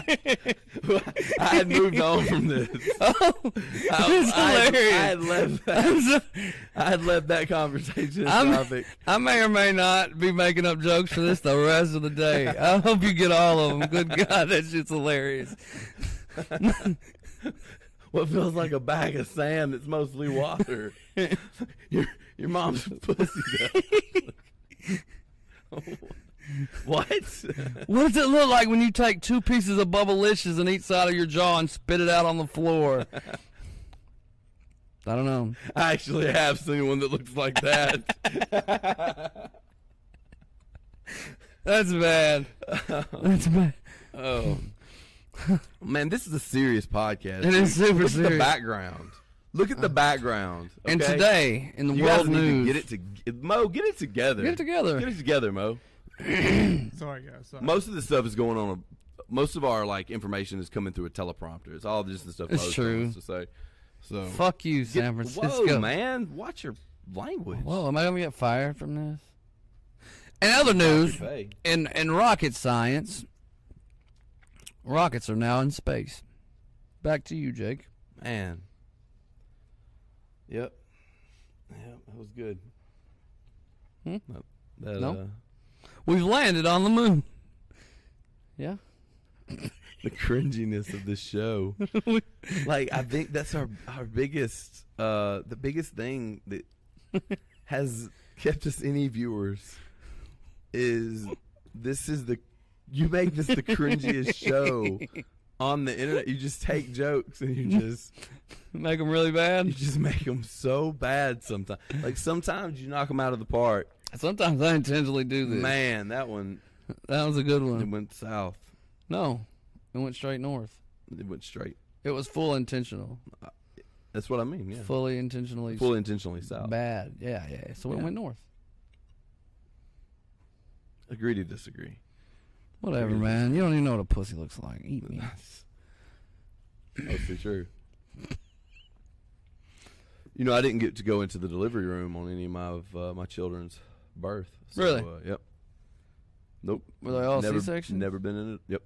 Speaker 2: i had moved on from this
Speaker 3: oh,
Speaker 2: I,
Speaker 3: it's
Speaker 2: I had- I had
Speaker 3: hilarious.
Speaker 2: left
Speaker 3: I'm
Speaker 2: that,
Speaker 3: so-
Speaker 2: I had left that conversation
Speaker 3: I'm-
Speaker 2: topic
Speaker 3: I may or may not be making up jokes for this the rest of the day. I hope you get all of them. Good God, that shit's hilarious.
Speaker 2: what feels like a bag of sand that's mostly water your, your mom's pussy does. what
Speaker 3: What does it look like when you take two pieces of bubblicious on each side of your jaw and spit it out on the floor? I don't know.
Speaker 2: I actually have seen one that looks like that.
Speaker 3: That's bad. That's bad.
Speaker 2: oh. Man, this is a serious podcast.
Speaker 3: It is super
Speaker 2: Look at the
Speaker 3: serious. Uh,
Speaker 2: background. Look at the background.
Speaker 3: And
Speaker 2: okay?
Speaker 3: today in the
Speaker 2: you guys
Speaker 3: world
Speaker 2: need
Speaker 3: news,
Speaker 2: to get it to Mo. Get it together.
Speaker 3: Get it together.
Speaker 2: Get it together, Mo.
Speaker 4: Sorry, guys. Sorry.
Speaker 2: Most of the stuff is going on. Most of our like information is coming through a teleprompter. It's all just the stuff.
Speaker 3: It's
Speaker 2: Mo's
Speaker 3: true.
Speaker 2: telling us To say. So
Speaker 3: Fuck you,
Speaker 2: Get-
Speaker 3: San Francisco.
Speaker 2: Whoa, man! Watch your language.
Speaker 3: Whoa, am I gonna get fired from this? In other news,
Speaker 2: Hey.
Speaker 3: in in rocket science, rockets are now in space. Back to you, Jake.
Speaker 2: Man. Yep. Yep, that was good.
Speaker 3: Hmm?
Speaker 2: That- that,
Speaker 3: No?
Speaker 2: uh,
Speaker 3: We've landed on the moon. Yeah.
Speaker 2: the cringiness of this show. like I think that's our our biggest uh the biggest thing that has kept us any viewers is this is the you make this the cringiest show on the internet. You just take jokes and you just
Speaker 3: Make them really
Speaker 2: you
Speaker 3: bad.
Speaker 2: just make them so bad sometimes. Like sometimes you knock them out of the park.
Speaker 3: Sometimes I intentionally do this.
Speaker 2: Man, that one
Speaker 3: That was a good
Speaker 2: it
Speaker 3: one.
Speaker 2: went south.
Speaker 3: No, it went straight north.
Speaker 2: It went straight.
Speaker 3: It was full intentional,
Speaker 2: That's what I mean. Yeah,
Speaker 3: fully intentionally
Speaker 2: full intentionally south.
Speaker 3: bad. Yeah, yeah. So it
Speaker 2: Yeah.
Speaker 3: went north.
Speaker 2: Agree to disagree.
Speaker 3: Whatever,
Speaker 2: Crazy.
Speaker 3: man. You don't even know what a pussy looks like. Eat me.
Speaker 2: That's mostly true. You know, I didn't get to go into the delivery room on any of my of, uh, my children's birth. So,
Speaker 3: Really?
Speaker 2: Uh, yep. Nope.
Speaker 3: Were they all
Speaker 2: never,
Speaker 3: C-sections?
Speaker 2: Never been in it. Yep.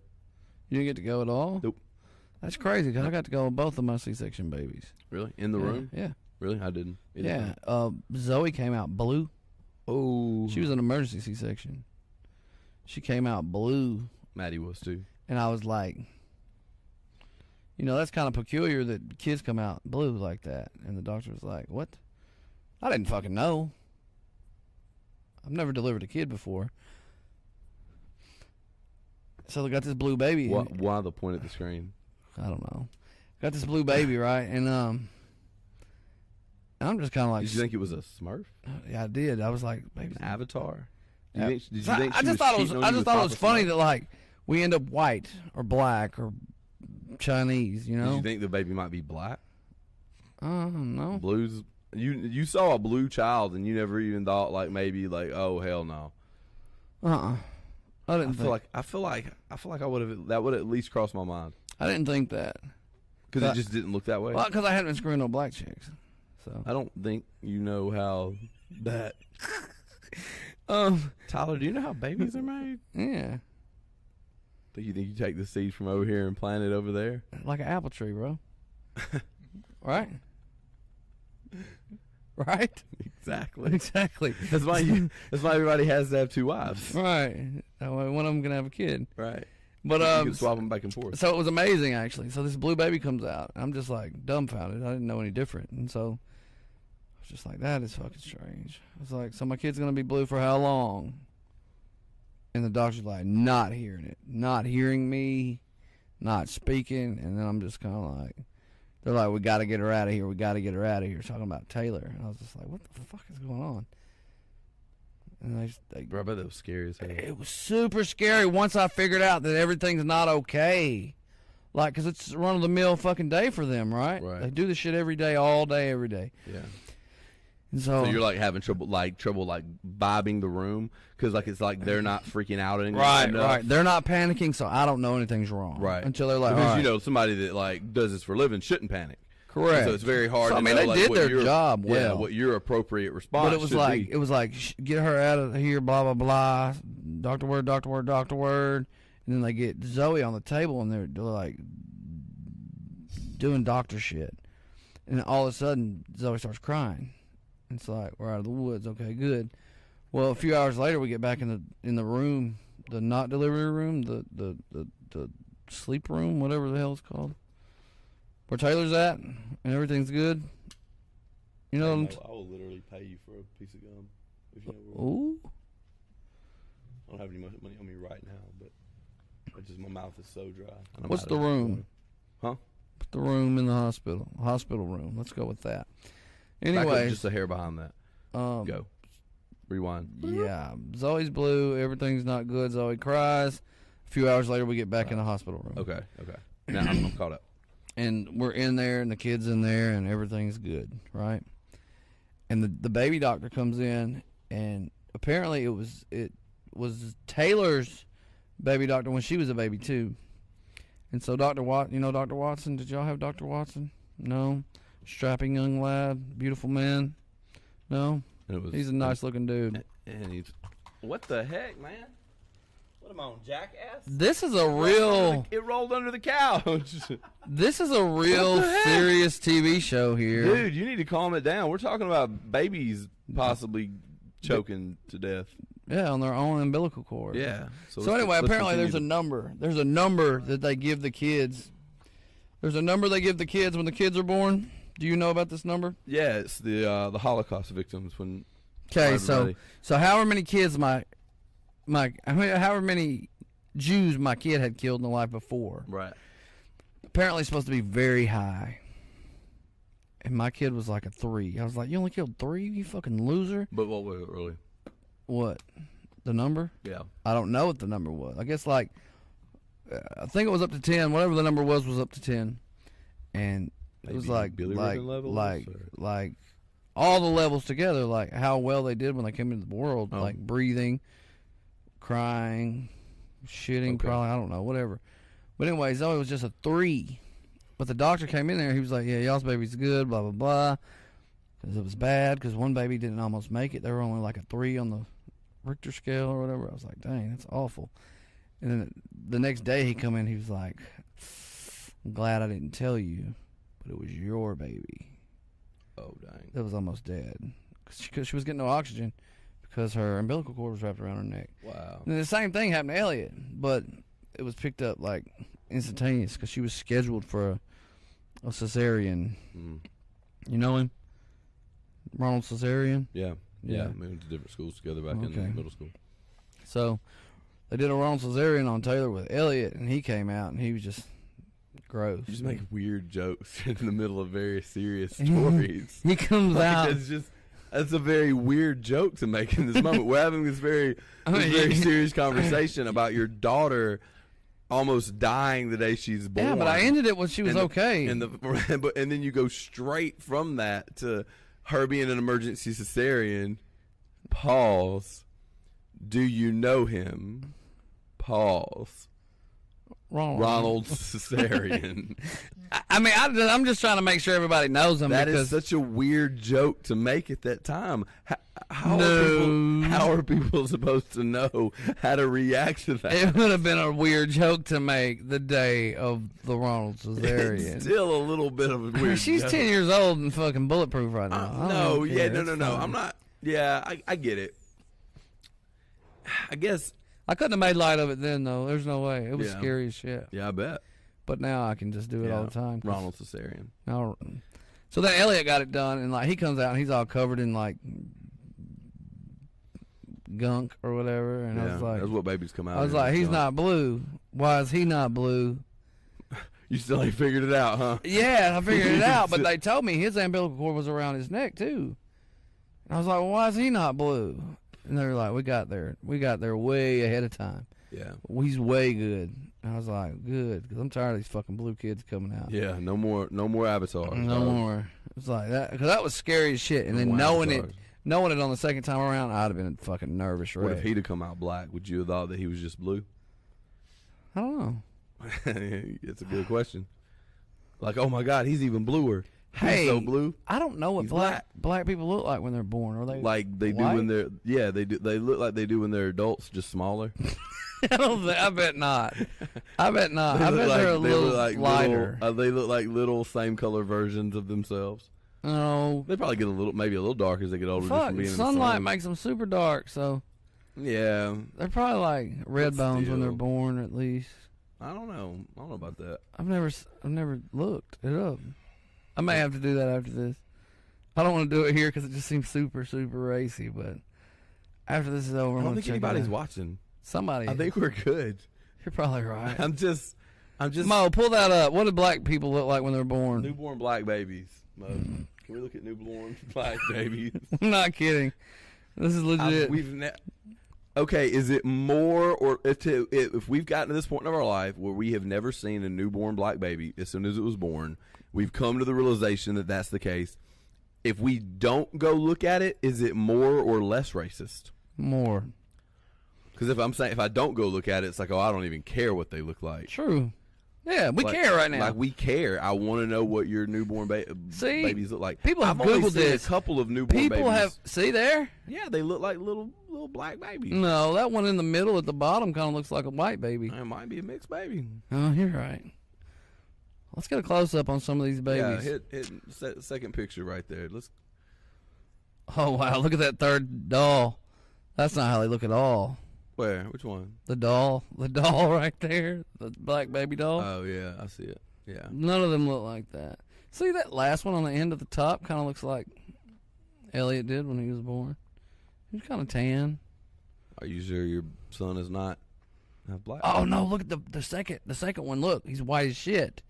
Speaker 3: You didn't get to go at all.
Speaker 2: Nope.
Speaker 3: That's crazy because I got to go with both of my C-section babies.
Speaker 2: Really? In the
Speaker 3: yeah,
Speaker 2: room?
Speaker 3: Yeah.
Speaker 2: Really? I didn't. either.
Speaker 3: Yeah. Uh, Zoe came out blue.
Speaker 2: Oh.
Speaker 3: She was an emergency C-section. She came out blue,
Speaker 2: Maddie was too.
Speaker 3: and I was like, you know, that's kind of peculiar that kids come out blue like that. And the doctor was like, what? I didn't fucking know. I've never delivered a kid before. So they got this blue baby. and-
Speaker 2: Why, why the point at the screen?
Speaker 3: I don't know. Got this blue baby, right? And um I'm just kind of like, "Uh,
Speaker 2: Did you think it was a Smurf?
Speaker 3: yeah, I did. I was like, baby.
Speaker 2: An avatar? Do
Speaker 3: Yeah.
Speaker 2: you think, did you
Speaker 3: So I-
Speaker 2: think
Speaker 3: I
Speaker 2: she
Speaker 3: just thought it was.
Speaker 2: cheating on
Speaker 3: I
Speaker 2: you
Speaker 3: just
Speaker 2: with
Speaker 3: thought it was
Speaker 2: Papa
Speaker 3: funny
Speaker 2: Smurf?
Speaker 3: that like we end up white or black or Chinese. You
Speaker 2: Did
Speaker 3: know,
Speaker 2: you think the baby might be black?
Speaker 3: I don't know.
Speaker 2: Blues. You you saw a blue child and you never even thought like maybe like oh hell no.
Speaker 3: Uh, uh I didn't
Speaker 2: I
Speaker 3: think.
Speaker 2: feel like I feel like I feel like I would have that would at least cross my mind
Speaker 3: I didn't think that.
Speaker 2: because
Speaker 3: Uh,
Speaker 2: it just didn't look that way.
Speaker 3: Well, because I hadn't been screwing no black chicks. So,
Speaker 2: I don't think you know how that.
Speaker 3: um,
Speaker 2: Tyler, do you know how babies are made?
Speaker 3: yeah,
Speaker 2: Do you think you take the seed from over here and plant it over there?
Speaker 3: like an apple tree, bro. right. Right.
Speaker 2: Exactly.
Speaker 3: Exactly.
Speaker 2: That's why you. That's why everybody has to have two wives,
Speaker 3: Right. That way One of them gonna have a kid.
Speaker 2: right?
Speaker 3: But
Speaker 2: you
Speaker 3: um,
Speaker 2: can swap them back and forth.
Speaker 3: so it was amazing actually. So this blue baby comes out. I'm just like dumbfounded. I didn't know any different, and so I was just like, that is fucking strange. I was like, so my kid's gonna be blue for how long? And the doctor's like, not hearing it, not hearing me, not speaking, and then I'm just kind of like. They're like, we got to get her out of here. We got to get her out of here. Talking about Taylor, and I was just like, what the fuck is going on? And they, they
Speaker 2: Bro, I bet that was scary as hell.
Speaker 3: it was super scary once I figured out that everything's not okay. Like, because it's run of the mill fucking day for them, right?
Speaker 2: Right.
Speaker 3: They do this shit every day, all day, every day.
Speaker 2: Yeah.
Speaker 3: And so,
Speaker 2: So you're like having trouble, like trouble, like vibing the room because like it's like they're not freaking out anymore. uh,
Speaker 3: right,
Speaker 2: enough.
Speaker 3: right. They're not panicking, so I don't know anything's wrong.
Speaker 2: right.
Speaker 3: Until they're like,
Speaker 2: because
Speaker 3: all right,
Speaker 2: you know somebody that like does this for a living shouldn't panic.
Speaker 3: correct.
Speaker 2: So it's very hard. to
Speaker 3: So, I mean,
Speaker 2: know,
Speaker 3: they
Speaker 2: like,
Speaker 3: did
Speaker 2: what
Speaker 3: their
Speaker 2: your-
Speaker 3: job
Speaker 2: yeah,
Speaker 3: well.
Speaker 2: what your appropriate response?
Speaker 3: But it was
Speaker 2: should
Speaker 3: like
Speaker 2: be.
Speaker 3: it was like "Sh- get her out of here, blah blah blah, doctor word, doctor word, doctor word, and then they get Zoe on the table and they're, they're like doing doctor shit, and all of a sudden Zoe starts crying. It's like we're out of the woods. Okay, good. Well, a few hours later, we get back in the in the room, the not delivery room, the the the, the sleep room, whatever the hell it's called, where Taylor's at, and everything's good. You know, what I'm t-
Speaker 2: will literally pay you for a piece of gum. If you know
Speaker 3: ooh.
Speaker 2: I don't have any money on me right now, but just my mouth is so dry.
Speaker 3: What's the room?
Speaker 2: Huh?
Speaker 3: The room in the hospital. Hospital room. Let's go with that. Anyway,
Speaker 2: just a hair behind that.
Speaker 3: um,
Speaker 2: Go. Rewind.
Speaker 3: yeah, Zoe's blue. Everything's not good. Zoe cries. few hours later, we get back in the hospital room.
Speaker 2: Okay. Okay. Now I'm, I'm caught up.
Speaker 3: and we're in there and the kids in there and everything's good right and the, the baby doctor comes in and apparently it was it was taylor's baby doctor when she was a baby too and so dr watson you know dr watson did y'all have dr watson no strapping young lad beautiful man no
Speaker 2: And it was,
Speaker 3: he's a nice looking dude
Speaker 2: And he's, what the heck, man?
Speaker 5: What am I on, jackass?
Speaker 3: this is a real
Speaker 2: It rolled under the couch.
Speaker 3: this is a real serious tv show here
Speaker 2: Dude, you need to calm it down. We're talking about babies possibly choking to death.
Speaker 3: yeah on their own umbilical cord
Speaker 2: Yeah.
Speaker 3: So
Speaker 2: let's-
Speaker 3: anyway,
Speaker 2: let's
Speaker 3: apparently
Speaker 2: continue
Speaker 3: there's a number. There's a number that they give the kids. There's a number they give the kids when the kids are born. Do you know about this number?
Speaker 2: the- Yeah, it's the uh, the Holocaust victims when
Speaker 3: Okay,
Speaker 2: Right,
Speaker 3: so
Speaker 2: buddy.
Speaker 3: so however many kids my my I mean, however many Jews my kid had killed in the life before.
Speaker 2: right.
Speaker 3: Apparently it's supposed to be very high. And my kid was like a three. I was like, "You only killed three, you fucking loser."
Speaker 2: But what was it really?
Speaker 3: What? The number?
Speaker 2: Yeah.
Speaker 3: I don't know what the number was. I guess like uh, I think it was up to ten. Whatever the number was was up to ten, and it was
Speaker 2: Maybe
Speaker 3: like
Speaker 2: Billy
Speaker 3: like
Speaker 2: Ribbon levels,
Speaker 3: like
Speaker 2: or-
Speaker 3: like all the levels together, like how well they did when they came into the world,
Speaker 2: Oh.
Speaker 3: like breathing, crying, shitting,
Speaker 2: Okay.
Speaker 3: crawling. I don't know, whatever. But anyway, Zoe was just a three. But the doctor came in there. He was like, "Yeah, y'all's baby's good." Blah blah blah. Because it was bad. Because one baby didn't almost make it. They were only like a three on the Richter scale or whatever. I was like, "Dang, that's awful." And then the next day he come in. He was like, "I'm glad I didn't tell you, but it was your baby
Speaker 2: Oh dang.
Speaker 3: that was almost dead 'Cause she, 'cause she was getting no oxygen because her umbilical cord was wrapped around her neck."
Speaker 2: Wow.
Speaker 3: And the same thing happened to Elliot, but it was picked up like instantaneous because she was scheduled for a, a cesarean.
Speaker 2: Mm.
Speaker 3: You know him, Ronald Cesarean.
Speaker 2: Yeah. Yeah.
Speaker 3: Yeah.
Speaker 2: We went to different schools together back
Speaker 3: Okay.
Speaker 2: in middle school.
Speaker 3: So they did a Ronald Cesarean on Taylor with Elliot, and he came out and he was just gross.
Speaker 2: You just make weird jokes in the middle of very serious stories.
Speaker 3: He comes
Speaker 2: Like,
Speaker 3: out.
Speaker 2: that's just that's a very weird joke to make in this moment. We're having this very
Speaker 3: I
Speaker 2: this
Speaker 3: mean,
Speaker 2: very
Speaker 3: you-
Speaker 2: serious conversation about your daughter almost dying the day she's born.
Speaker 3: Yeah, but I ended it when she was
Speaker 2: And the-
Speaker 3: okay.
Speaker 2: And the but and then you go straight from that to her being an emergency cesarean. Pause. Do you know him? Pause.
Speaker 3: Ronald.
Speaker 2: Ronald Cesarean.
Speaker 3: I- I mean, I, I'm just trying to make sure everybody knows him
Speaker 2: That is
Speaker 3: because
Speaker 2: such a weird joke to make at that time. How, how, are
Speaker 3: No.
Speaker 2: people, how are people supposed to know how to react to that?
Speaker 3: it would have been a weird joke to make the day of the Ronald Cesarean.
Speaker 2: It's still a little bit of a weird
Speaker 3: She's
Speaker 2: joke.
Speaker 3: ten years old and fucking bulletproof right now. I
Speaker 2: Uh,
Speaker 3: don't
Speaker 2: no,
Speaker 3: care.
Speaker 2: yeah, no,
Speaker 3: It's
Speaker 2: no, no.
Speaker 3: fine.
Speaker 2: I'm not. Yeah, I, I get it. I guess.
Speaker 3: I couldn't have made light of it then, though. There's no way. It was
Speaker 2: Yeah.
Speaker 3: scary as shit.
Speaker 2: Yeah, I bet.
Speaker 3: But now I can just do it all the time. 'cause
Speaker 2: Ronald Cesarean.
Speaker 3: now- so then Elliot got it done, and like he comes out and he's all covered in like gunk or whatever, and I
Speaker 2: Yeah,
Speaker 3: was like,
Speaker 2: that's what babies come out.
Speaker 3: I was
Speaker 2: in,
Speaker 3: like,
Speaker 2: it's
Speaker 3: he's not blue. Why is he not blue?
Speaker 2: You still ain't figured it out, huh?
Speaker 3: Yeah, I figured it out, but they told me his umbilical cord was around his neck too. And I was like, well, why is he not blue? And they were like, we got there, we got there way ahead of time.
Speaker 2: Yeah.
Speaker 3: He's way good. And I was like, good, because I'm tired of these fucking blue kids coming out.
Speaker 2: Yeah. No more. No more Avatar.
Speaker 3: No more. It's like that because that was scary as shit. And then
Speaker 2: Wow,
Speaker 3: knowing it,
Speaker 2: sorry.
Speaker 3: knowing it on the second time around, I'd have been fucking nervous.
Speaker 2: What
Speaker 3: Right?
Speaker 2: if he'd have come out black? Would you have thought that he was just blue?
Speaker 3: I don't know.
Speaker 2: it's a good question. Like, oh my God, he's even bluer.
Speaker 3: Hey,
Speaker 2: he's so blue.
Speaker 3: I don't know what
Speaker 2: He's
Speaker 3: black, black people look like when they're born. Are they
Speaker 2: Like they do when they're yeah, they do. They look like they do when they're adults, just smaller.
Speaker 3: I, don't think, I bet not. I bet not.
Speaker 2: They
Speaker 3: I
Speaker 2: look
Speaker 3: bet
Speaker 2: like-
Speaker 3: they're a
Speaker 2: they look
Speaker 3: little
Speaker 2: like
Speaker 3: lighter.
Speaker 2: Little, uh, they look like little same color versions of themselves.
Speaker 3: no,
Speaker 2: They probably get a little, maybe a little darker as they get older. just
Speaker 3: Oh, fuck.
Speaker 2: from being
Speaker 3: Sunlight
Speaker 2: in the sun.
Speaker 3: makes them super dark, so
Speaker 2: Yeah,
Speaker 3: they're probably like red
Speaker 2: But
Speaker 3: bones when they're
Speaker 2: still.
Speaker 3: born, at least.
Speaker 2: I don't know. I don't know about that.
Speaker 3: I've never s- I've never looked it up. I may have to do that after this. I don't want to do it here because it just seems super super racy. But after this is over,
Speaker 2: I don't
Speaker 3: I'm gonna
Speaker 2: think
Speaker 3: check it
Speaker 2: anybody's
Speaker 3: out.
Speaker 2: watching.
Speaker 3: Somebody,
Speaker 2: I think we're good.
Speaker 3: you're probably right.
Speaker 2: I'm just, I'm just
Speaker 3: Mo, pull that up. What do black people look like when they're born?
Speaker 2: newborn black babies. Mo. Can we look at newborn black babies?
Speaker 3: I'm not kidding. This is
Speaker 2: I've-
Speaker 3: legit.
Speaker 2: Um, We've ne- okay, is it more or if, to, if if we've gotten to this point in our life where we have never seen a newborn black baby as soon as it was born, we've come to the realization that that's the case. If we don't go look at it, is it more or less racist?
Speaker 3: More
Speaker 2: Because if I'm saying if I don't go look at it, it's like oh I don't even care what they look like.
Speaker 3: true. Yeah, we
Speaker 2: Like-
Speaker 3: care right now.
Speaker 2: Like we care. I want to know what your newborn ba-
Speaker 3: See?
Speaker 2: babies look like.
Speaker 3: People have
Speaker 2: I've only
Speaker 3: Googled
Speaker 2: seen
Speaker 3: this.
Speaker 2: A couple of newborn
Speaker 3: People
Speaker 2: babies.
Speaker 3: have see there.
Speaker 2: Yeah, they look like little little black babies.
Speaker 3: No, that one in the middle at the bottom kind of looks like a white baby.
Speaker 2: It might be a mixed baby.
Speaker 3: Oh, you're right. Let's get a close up on some of these
Speaker 2: Yeah,
Speaker 3: babies.
Speaker 2: hit hit se- second picture right there. Let's.
Speaker 3: oh wow, look at that third doll. That's not how they look at all.
Speaker 2: Where? Which one?
Speaker 3: The doll, the doll right there, the black baby doll.
Speaker 2: Oh yeah, I see it. Yeah.
Speaker 3: None of them look like that. See that last one on the end at the top kind of looks like Elliot did when he was born. He's kind of tan.
Speaker 2: Are you sure your son is not have black?
Speaker 3: Oh no, look at the the second the second one. Look, he's white as shit.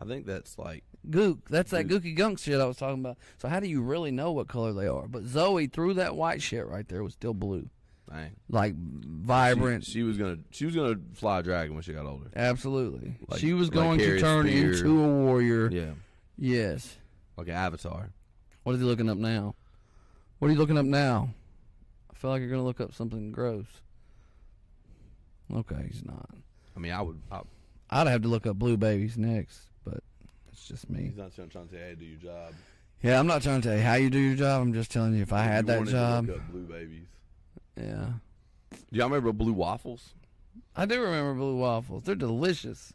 Speaker 2: I think that's like.
Speaker 3: Gook, that's that gooky gunk shit I was talking about. So how do you really know what color they are? But Zoe through that white shit right there was still blue,
Speaker 2: Dang.
Speaker 3: like vibrant.
Speaker 2: She was gonna. She was gonna fly a dragon when she got older.
Speaker 3: Absolutely,
Speaker 2: Like-
Speaker 3: she was
Speaker 2: like
Speaker 3: going to
Speaker 2: Harry
Speaker 3: turn
Speaker 2: Spear.
Speaker 3: into a warrior.
Speaker 2: Yeah.
Speaker 3: Yes.
Speaker 2: Like an avatar.
Speaker 3: What is he looking up now? What are you looking up now? I feel like you're gonna look up something gross. Okay, he's not.
Speaker 2: I mean, I would. I,
Speaker 3: I'd have to look up blue babies next, but it's just me.
Speaker 2: he's not trying to say, "Hey, do your job."
Speaker 3: Yeah, I'm not trying to tell you how you do your job. I'm just telling you if I had that job.
Speaker 2: blue babies.
Speaker 3: Yeah,
Speaker 2: Do y'all remember blue waffles?
Speaker 3: I do remember blue waffles. They're delicious.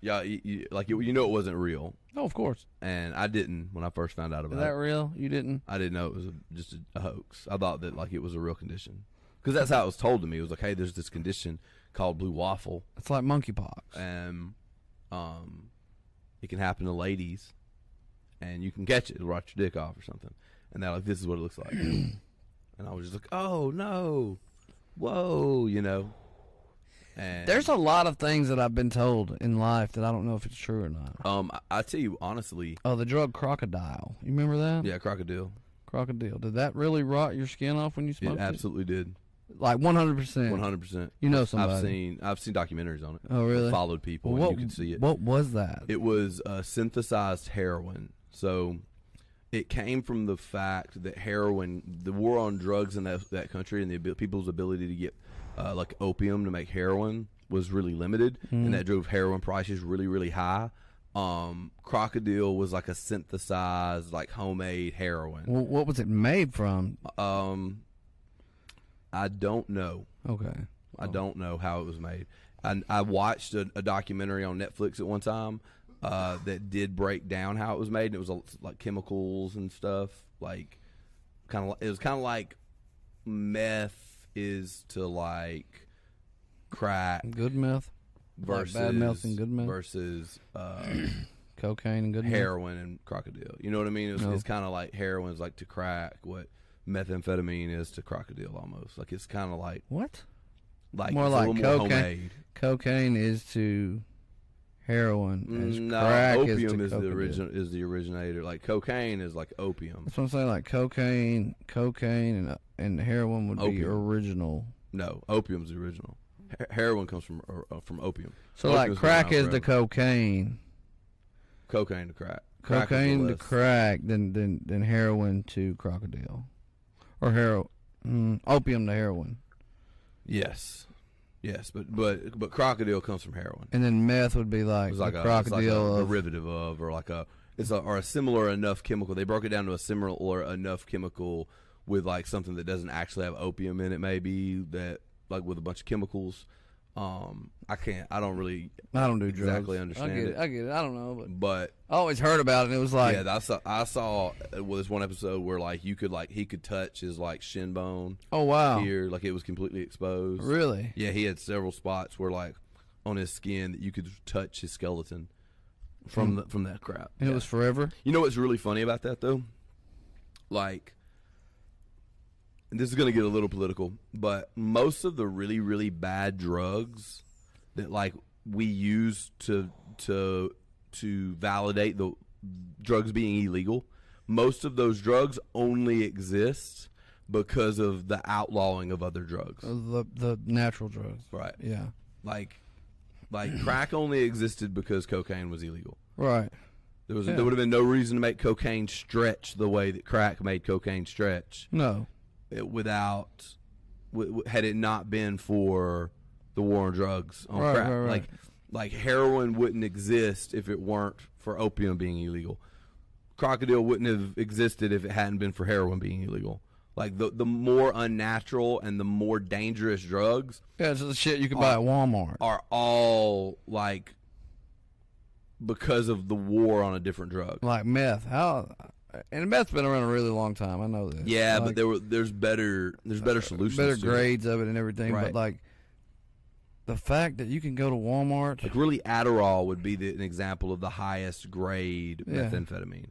Speaker 2: Yeah, you, you, like you, you know it wasn't real,
Speaker 3: Oh, of course.
Speaker 2: and I didn't when I first found out
Speaker 3: Is
Speaker 2: about
Speaker 3: that
Speaker 2: it.
Speaker 3: real? You didn't?
Speaker 2: I didn't know it was a, just a, a hoax. I thought that like it was a real condition because that's how it was told to me. It was like, hey, there's this condition called blue waffle,
Speaker 3: It's like monkeypox.
Speaker 2: and um, it can happen to ladies, and you can catch it. It'll rot your dick off or something. And they're like, this is what it looks like. and I was just like, oh no, whoa, you know. And
Speaker 3: There's a lot of things that I've been told in life that I don't know if it's true or not.
Speaker 2: um, I, I tell you honestly,
Speaker 3: Oh, the drug crocodile. You remember that?
Speaker 2: yeah, crocodile.
Speaker 3: Crocodile. Did that really rot your skin off when you
Speaker 2: It
Speaker 3: smoked it?
Speaker 2: absolutely did.
Speaker 3: Like 100%.
Speaker 2: One hundred percent.
Speaker 3: You know somebody.
Speaker 2: I've seen I've seen documentaries on it.
Speaker 3: Oh, really?
Speaker 2: Followed people.
Speaker 3: Well,
Speaker 2: and
Speaker 3: what,
Speaker 2: you can see it.
Speaker 3: What was that?
Speaker 2: It was uh, synthesized heroin. So it came from the fact that heroin, the war on drugs in that, that country, and the abil- people's ability to get uh, like opium to make heroin was really limited, and that drove heroin prices really really high. Um, crocodile was like a synthesized, like homemade heroin.
Speaker 3: Wh- what was it made from?
Speaker 2: Um, I don't know.
Speaker 3: Okay.
Speaker 2: I
Speaker 3: Oh.
Speaker 2: don't know how it was made. I, I watched a, a documentary on Netflix at one time uh, that did break down how it was made, and it was a, like chemicals and stuff. Like, kind of, it was kind of like meth is to like crack
Speaker 3: Good meth, like
Speaker 2: versus
Speaker 3: bad meth and good meth?
Speaker 2: versus uh,
Speaker 3: cocaine, and good meth.
Speaker 2: heroin and crocodile. You know what I mean? It's,
Speaker 3: No.
Speaker 2: it's kind of like heroin is like to crack what methamphetamine is to crocodile almost. Like it's kind of like
Speaker 3: What?
Speaker 2: like
Speaker 3: More
Speaker 2: it's
Speaker 3: like
Speaker 2: a little more
Speaker 3: cocaine.
Speaker 2: homemade.
Speaker 3: Cocaine is to heroin. As
Speaker 2: no,
Speaker 3: crack is,
Speaker 2: opium
Speaker 3: to
Speaker 2: is, the
Speaker 3: crocodile.
Speaker 2: origin is the originator. Like cocaine is like opium.
Speaker 3: That's what I'm saying. Like cocaine, cocaine, and uh, and heroin would be
Speaker 2: Opium.
Speaker 3: original.
Speaker 2: No, opium's the original. Her- heroin comes from or, uh, from opium.
Speaker 3: So
Speaker 2: Opium's
Speaker 3: like
Speaker 2: been
Speaker 3: crack
Speaker 2: around
Speaker 3: is the
Speaker 2: forever.
Speaker 3: cocaine,
Speaker 2: cocaine to crack. Crack is the
Speaker 3: cocaine to
Speaker 2: less-
Speaker 3: crack, then then then heroin to crocodile, or hero, mm, opium to heroin,
Speaker 2: Yes, yes, but but but crocodile comes from heroin.
Speaker 3: and then meth would be like,
Speaker 2: It's like
Speaker 3: the
Speaker 2: a it's like a
Speaker 3: crocodile of
Speaker 2: derivative of or like a it's a, or a similar enough chemical. They broke it down to a similar or enough chemical with like something that doesn't actually have opium in it. Maybe that like with a bunch of chemicals. Um, I can't. I don't really
Speaker 3: I don't do drugs.
Speaker 2: exactly
Speaker 3: I
Speaker 2: understand
Speaker 3: get
Speaker 2: it.
Speaker 3: it. I get it. I don't know, but
Speaker 2: but
Speaker 3: I always heard about it. and It was like,
Speaker 2: yeah, I saw. I saw. uh, Well, there's one episode where like you could like he could touch his like shin bone
Speaker 3: oh wow,
Speaker 2: here, like it was completely exposed.
Speaker 3: really?
Speaker 2: Yeah, he had several spots where like on his skin that you could touch his skeleton from the, from that crap. Yeah.
Speaker 3: And Hmm. It was forever.
Speaker 2: You know what's really funny about that though? Like and this is going to get a little political, but most of the really really bad drugs that like we use to to to validate the drugs being illegal, most of those drugs only exist because of the outlawing of other drugs.
Speaker 3: The the natural drugs.
Speaker 2: Right.
Speaker 3: Oh, Yeah.
Speaker 2: Like like crack only existed because cocaine was illegal.
Speaker 3: Right.
Speaker 2: There was
Speaker 3: Yeah.
Speaker 2: there would have been no reason to make cocaine stretch the way that crack made cocaine stretch
Speaker 3: No.
Speaker 2: it, without w- w- had it not been for the war on drugs on
Speaker 3: Right,
Speaker 2: crack.
Speaker 3: right, right.
Speaker 2: Like like heroin wouldn't exist if it weren't for opium being illegal. Crocodile wouldn't have existed if it hadn't been for heroin being illegal. Like the the more unnatural and the more dangerous drugs
Speaker 3: Yeah, it's the shit you can buy at Walmart.
Speaker 2: are all like because of the war on a different drug.
Speaker 3: Like meth. How? And meth's been around a really long time. I know this.
Speaker 2: Yeah, but
Speaker 3: Like,
Speaker 2: there were there's better there's better solutions.
Speaker 3: better
Speaker 2: to it.
Speaker 3: grades of it and everything.
Speaker 2: Right.
Speaker 3: But like the fact that you can go to Walmart.
Speaker 2: Like really, Adderall would be the, an example of the highest grade
Speaker 3: Yeah.
Speaker 2: methamphetamine.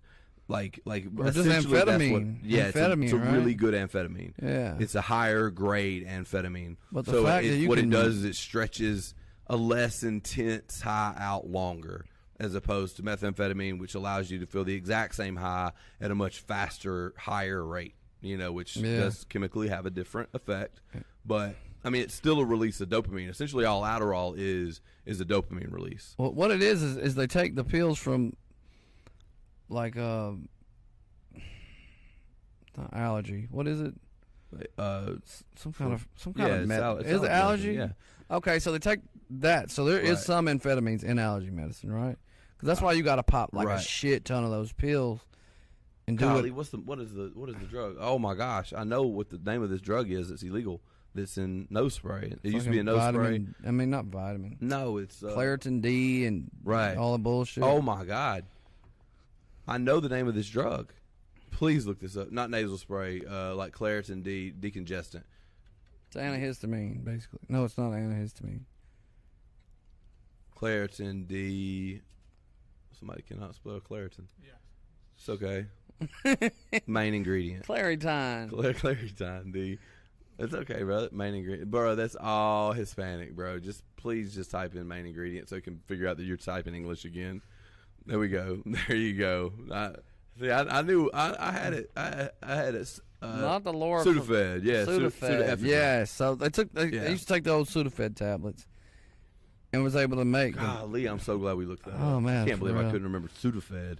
Speaker 2: Like like
Speaker 3: Or just
Speaker 2: essentially that's what-
Speaker 3: amphetamine.
Speaker 2: yeah, it's a- it's a,
Speaker 3: Amphetamine, right?
Speaker 2: really good amphetamine.
Speaker 3: yeah.
Speaker 2: It's a higher grade amphetamine.
Speaker 3: But the
Speaker 2: so
Speaker 3: fact
Speaker 2: it-
Speaker 3: that you
Speaker 2: what
Speaker 3: can-
Speaker 2: it does is it stretches a less intense high out longer, as opposed to methamphetamine, which allows you to feel the exact same high at a much faster, higher rate. You know, which
Speaker 3: Yeah.
Speaker 2: does chemically have a different effect, but I mean, it's still a release of dopamine. Essentially, all Adderall is is a dopamine release.
Speaker 3: Well, what it is, is is they take the pills from like um not allergy. What is it?
Speaker 2: Uh,
Speaker 3: S- Some kind of some kind
Speaker 2: yeah,
Speaker 3: of
Speaker 2: it's
Speaker 3: med-
Speaker 2: al- it's
Speaker 3: is it allergy?
Speaker 2: allergy,
Speaker 3: Okay, so they take that. So there is
Speaker 2: Right. Uh,
Speaker 3: some amphetamines in allergy medicine, right? Because that's why you got to pop like a
Speaker 2: Right.
Speaker 3: shit ton of those pills and do
Speaker 2: golly,
Speaker 3: it.
Speaker 2: what's the what is the what is the drug? Oh my gosh, I know what the name of this drug is. It's illegal. That's in nose spray. It used to be
Speaker 3: fucking
Speaker 2: a nose spray.
Speaker 3: vitamin, I mean, not vitamin.
Speaker 2: No, it's uh,
Speaker 3: Claritin D and
Speaker 2: Right.
Speaker 3: all the bullshit.
Speaker 2: Oh my god, I know the name of this drug. Please look this up. Not nasal spray, uh, like Claritin D decongestant.
Speaker 3: it's antihistamine, basically. No, it's not antihistamine.
Speaker 2: Claritin D. Somebody cannot spell Claritin.
Speaker 4: Yeah.
Speaker 2: It's okay. Main ingredient.
Speaker 3: Claritin.
Speaker 2: Cla- Claritin D. It's okay, bro. Main ingredient, bro. That's all Hispanic, bro. Just please, just type in main ingredient so it can figure out that you're typing English again. There we go. There you go. I, see, I, I knew I, I had it. I, I had it. s- Uh,
Speaker 3: not the Laura.
Speaker 2: Sudafed. Yeah, Sud-
Speaker 3: Sudafed.
Speaker 2: Sudafed.
Speaker 3: Yeah. So they took. They, they
Speaker 2: Yeah.
Speaker 3: used to take the old Sudafed tablets, and was able to make. them.
Speaker 2: Golly, I'm so glad we looked that
Speaker 3: Oh,
Speaker 2: up.
Speaker 3: man,
Speaker 2: can't
Speaker 3: for
Speaker 2: believe I
Speaker 3: real.
Speaker 2: couldn't remember Sudafed.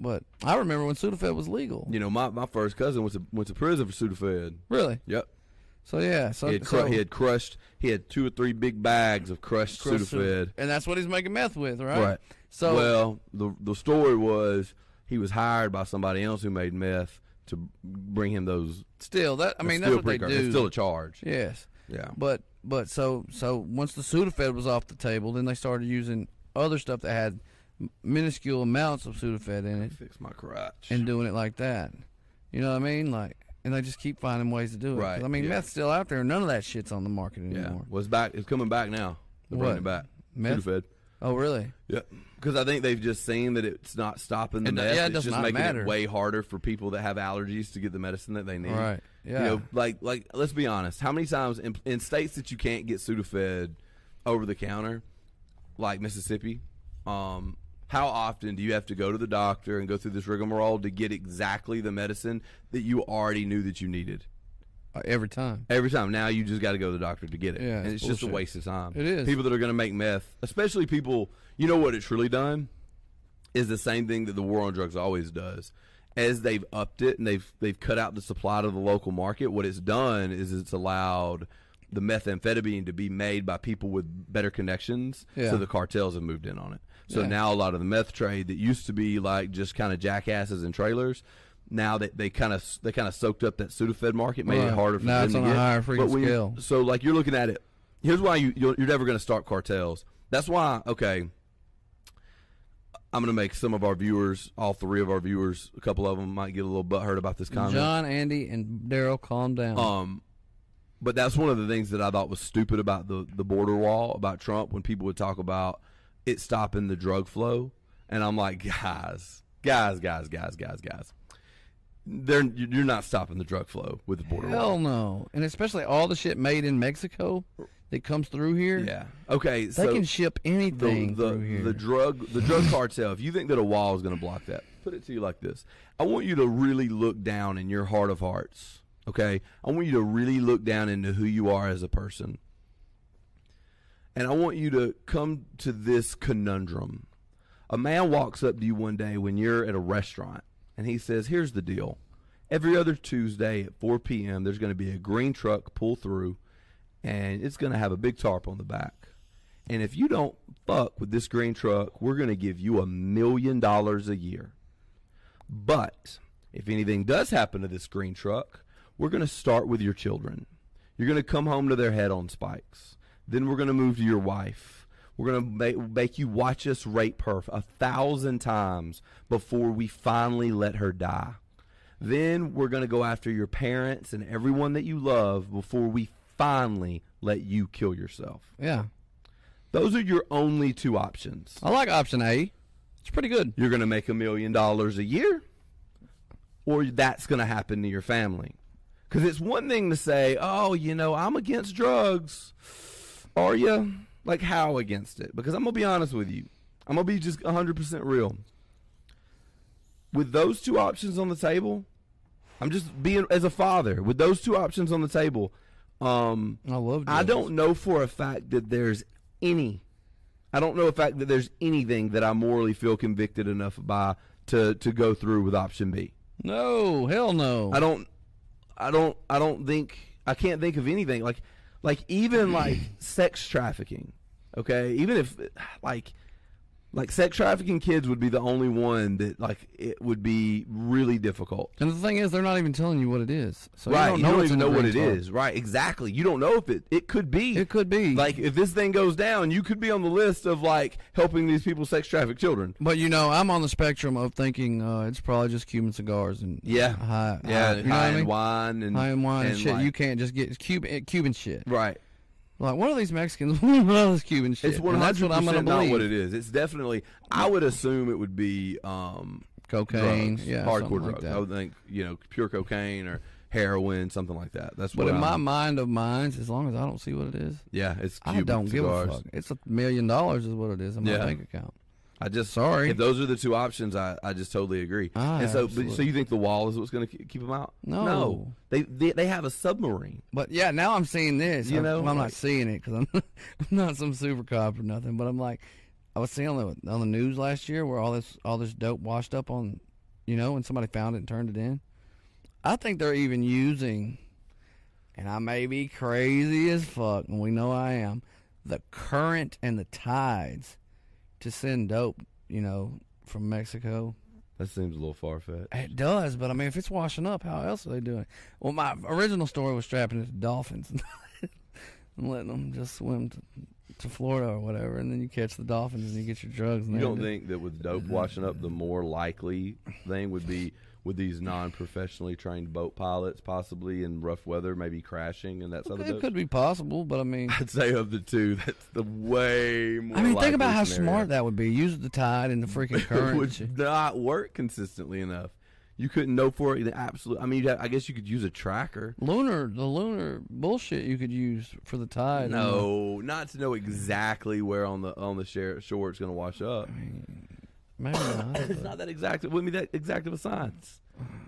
Speaker 3: But I remember when Sudafed was legal.
Speaker 2: You know, my, my first cousin went to went to prison for Sudafed.
Speaker 3: Really.
Speaker 2: Yep.
Speaker 3: So yeah. So
Speaker 2: He had, cru-
Speaker 3: so
Speaker 2: he had crushed. He had two or three big bags of crushed,
Speaker 3: Crushed
Speaker 2: Sudafed.
Speaker 3: and that's what he's making meth with, right?
Speaker 2: Right.
Speaker 3: So
Speaker 2: well, the the story was he was hired by somebody else who made meth to bring him those.
Speaker 3: still, that I mean,
Speaker 2: it's
Speaker 3: that's
Speaker 2: still
Speaker 3: what they
Speaker 2: precursor-
Speaker 3: do.
Speaker 2: It's still a charge.
Speaker 3: yes.
Speaker 2: Yeah.
Speaker 3: But but so so once the Sudafed was off the table, then they started using other stuff that had m- minuscule amounts of Sudafed in it.
Speaker 2: Fix my crotch.
Speaker 3: and doing it like that. You know what I mean? Like, and they just keep finding ways to do it. 'Cause,
Speaker 2: Right,
Speaker 3: I mean,
Speaker 2: yeah.
Speaker 3: meth's still out there. and None of that shit's on the market
Speaker 2: yeah.
Speaker 3: anymore.
Speaker 2: Well, it's back. It's coming back now. They're
Speaker 3: What?
Speaker 2: bringing it back.
Speaker 3: Meth?
Speaker 2: Sudafed.
Speaker 3: Oh, really?
Speaker 2: Yeah. Because I think they've just seen that it's not stopping the
Speaker 3: It do-
Speaker 2: meth.
Speaker 3: uh, yeah, it
Speaker 2: it's
Speaker 3: does
Speaker 2: just
Speaker 3: not
Speaker 2: making
Speaker 3: matter.
Speaker 2: it way harder for people that have allergies to get the medicine that they need.
Speaker 3: Right. Yeah.
Speaker 2: You know, like like let's be honest. How many times in, in states that you can't get Sudafed over the counter, like Mississippi, um, how often do you have to go to the doctor and go through this rigmarole to get exactly the medicine that you already knew that you needed?
Speaker 3: Uh, Every time.
Speaker 2: Every time now, you just got to go to the doctor to get it.
Speaker 3: Yeah,
Speaker 2: and
Speaker 3: it's
Speaker 2: it's, just a
Speaker 3: bullshit.
Speaker 2: waste of time.
Speaker 3: It is.
Speaker 2: People that are going to make meth, especially people, you know what it's really done is the same thing that the war on drugs always does. As they've upped it and they've they've cut out the supply to the local market, what it's done is it's allowed the methamphetamine to be made by people with better connections.
Speaker 3: Yeah.
Speaker 2: So the cartels have moved in on it. So
Speaker 3: Yeah.
Speaker 2: now a lot of the meth trade that used to be like just kind of jackasses and trailers, now that they kind of they kind of soaked up that Sudafed market, made
Speaker 3: Right.
Speaker 2: it harder for
Speaker 3: Now
Speaker 2: them
Speaker 3: it's
Speaker 2: to
Speaker 3: on a
Speaker 2: get.
Speaker 3: higher
Speaker 2: But
Speaker 3: freaking
Speaker 2: when you-
Speaker 3: scale.
Speaker 2: so like you're looking at it. Here's why you you're, you're never going to start cartels. That's why okay. I'm going to make some of our viewers, all three of our viewers, a couple of them might get a little butthurt about this comment.
Speaker 3: John, Andy, and Daryl, calm down.
Speaker 2: Um, but that's one of the things that I thought was stupid about the the border wall about Trump when people would talk about it stopping the drug flow, and I'm like, guys, guys, guys, guys, guys, guys, they're you're not stopping the drug flow with the border wall.
Speaker 3: Hell no. And especially all the shit made in Mexico that comes through here.
Speaker 2: Yeah. Okay.
Speaker 3: They
Speaker 2: so
Speaker 3: can ship
Speaker 2: the
Speaker 3: anything through
Speaker 2: the,
Speaker 3: here.
Speaker 2: the drug the drug cartel. If you think that a wall is going to block that, put it to you like this: I want you to really look down in your heart of hearts. Okay, I want you to really look down into who you are as a person. And I want you to come to this conundrum. A man walks up to you one day when you're at a restaurant and he says, Here's the deal. Every other Tuesday at 4 p.m., there's going to be a green truck pull through and it's going to have a big tarp on the back. And if you don't fuck with this green truck, we're going to give you a million dollars a year. But if anything does happen to this green truck, we're going to start with your children. You're going to come home to their head on spikes. Then we're going to move to your wife. We're going to make, make you watch us rape her a thousand times before we finally let her die. Then we're going to go after your parents and everyone that you love before we finally let you kill yourself.
Speaker 3: Yeah.
Speaker 2: Those are your only two options.
Speaker 3: I like option A. It's pretty good.
Speaker 2: You're going to make a million dollars a year, or that's going to happen to your family. Because it's one thing to say, oh, you know, I'm against drugs. Are you? Like, how against it? Because I'm going to be honest with you. I'm going to be just 100% real. With those two options on the table, I'm just being, as a father, with those two options on the table, um,
Speaker 3: I love. Drugs.
Speaker 2: I don't know for a fact that there's any. I don't know a fact that there's anything that I morally feel convicted enough by to to go through with option B.
Speaker 3: No, hell no.
Speaker 2: I don't. I don't. I don't think. I can't think of anything like, like even like sex trafficking. Okay, even if like, like sex trafficking kids would be the only one that like it would be really difficult.
Speaker 3: and the thing is, they're not even telling you what it is, so
Speaker 2: right,
Speaker 3: you don't
Speaker 2: you
Speaker 3: know
Speaker 2: don't
Speaker 3: what's
Speaker 2: even
Speaker 3: in
Speaker 2: know
Speaker 3: the
Speaker 2: what it
Speaker 3: green
Speaker 2: is.
Speaker 3: card.
Speaker 2: Right, exactly. You don't know if it it could be.
Speaker 3: It could be
Speaker 2: Like if this thing goes down, you could be on the list of like helping these people sex traffic children.
Speaker 3: But you know, I'm on the spectrum of thinking uh, it's probably just Cuban cigars and
Speaker 2: Yeah,
Speaker 3: high,
Speaker 2: yeah,
Speaker 3: high, you know
Speaker 2: high
Speaker 3: what I
Speaker 2: end
Speaker 3: mean?
Speaker 2: wine and
Speaker 3: high and wine and shit.
Speaker 2: like-
Speaker 3: you can't just get Cuban Cuban shit.
Speaker 2: right.
Speaker 3: Like what are these Mexicans? What are this Cuban shit?
Speaker 2: It's
Speaker 3: And
Speaker 2: one
Speaker 3: that's
Speaker 2: hundred
Speaker 3: what I'm gonna
Speaker 2: percent not
Speaker 3: believe.
Speaker 2: what it is. It's definitely. I would assume it would be um,
Speaker 3: Cocaine,
Speaker 2: drugs,
Speaker 3: yeah, something
Speaker 2: hardcore
Speaker 3: like
Speaker 2: drugs. Oh,
Speaker 3: that.
Speaker 2: I would think you know pure cocaine or heroin, something like that. That's
Speaker 3: But
Speaker 2: what
Speaker 3: in my
Speaker 2: I'm-
Speaker 3: mind of minds, as long as I don't see what it is,
Speaker 2: yeah, it's
Speaker 3: I
Speaker 2: Cuban
Speaker 3: don't
Speaker 2: cigars.
Speaker 3: give a fuck. It's a million dollars is what it is in my
Speaker 2: Yeah.
Speaker 3: bank account.
Speaker 2: I just
Speaker 3: Sorry.
Speaker 2: If those are the two options, I, I just totally agree.
Speaker 3: Ah,
Speaker 2: and so, but, so
Speaker 3: absolutely.
Speaker 2: you think the wall is what's going to keep them out?
Speaker 3: No.
Speaker 2: they, they they have a submarine.
Speaker 3: But yeah, now I'm seeing this.
Speaker 2: You
Speaker 3: I'm,
Speaker 2: know,
Speaker 3: well, I'm
Speaker 2: like-
Speaker 3: not seeing it because I'm, I'm not some super cop or nothing. But I'm like, I was seeing on the, on the news last year where all this all this dope washed up on, you know, and somebody found it and turned it in. I think they're even using, and I may be crazy as fuck, and we know I am, the current and the tides to send dope, you know, from Mexico
Speaker 2: That seems a little far fetched.
Speaker 3: it does, but I mean, if it's washing up, how else are they doing? it? Well, my original story was strapping it to dolphins and letting them just swim to, to Florida or whatever, and then you catch the dolphins and you get your drugs. And
Speaker 2: You
Speaker 3: they
Speaker 2: don't
Speaker 3: do-
Speaker 2: think that with dope washing up, the more likely thing would be with these non-professionally trained boat pilots, possibly in rough weather, maybe crashing, and that's other.
Speaker 3: it
Speaker 2: dope?
Speaker 3: could be possible, but I mean,
Speaker 2: I'd say of the two, that's the way more.
Speaker 3: I mean, think
Speaker 2: likely
Speaker 3: about how
Speaker 2: scenario.
Speaker 3: smart that would be. Use the tide and the freaking
Speaker 2: It
Speaker 3: current. and shit.
Speaker 2: would not work consistently enough. You couldn't know for it. The absolute. I mean, you'd have, I guess you could use a tracker.
Speaker 3: lunar, the lunar bullshit you could use for the tide. and the-
Speaker 2: No, not to know exactly where on the on the share, shore it's going to wash up.
Speaker 3: maybe not.
Speaker 2: It's
Speaker 3: but-
Speaker 2: not that exact. It wouldn't be that exact of a science.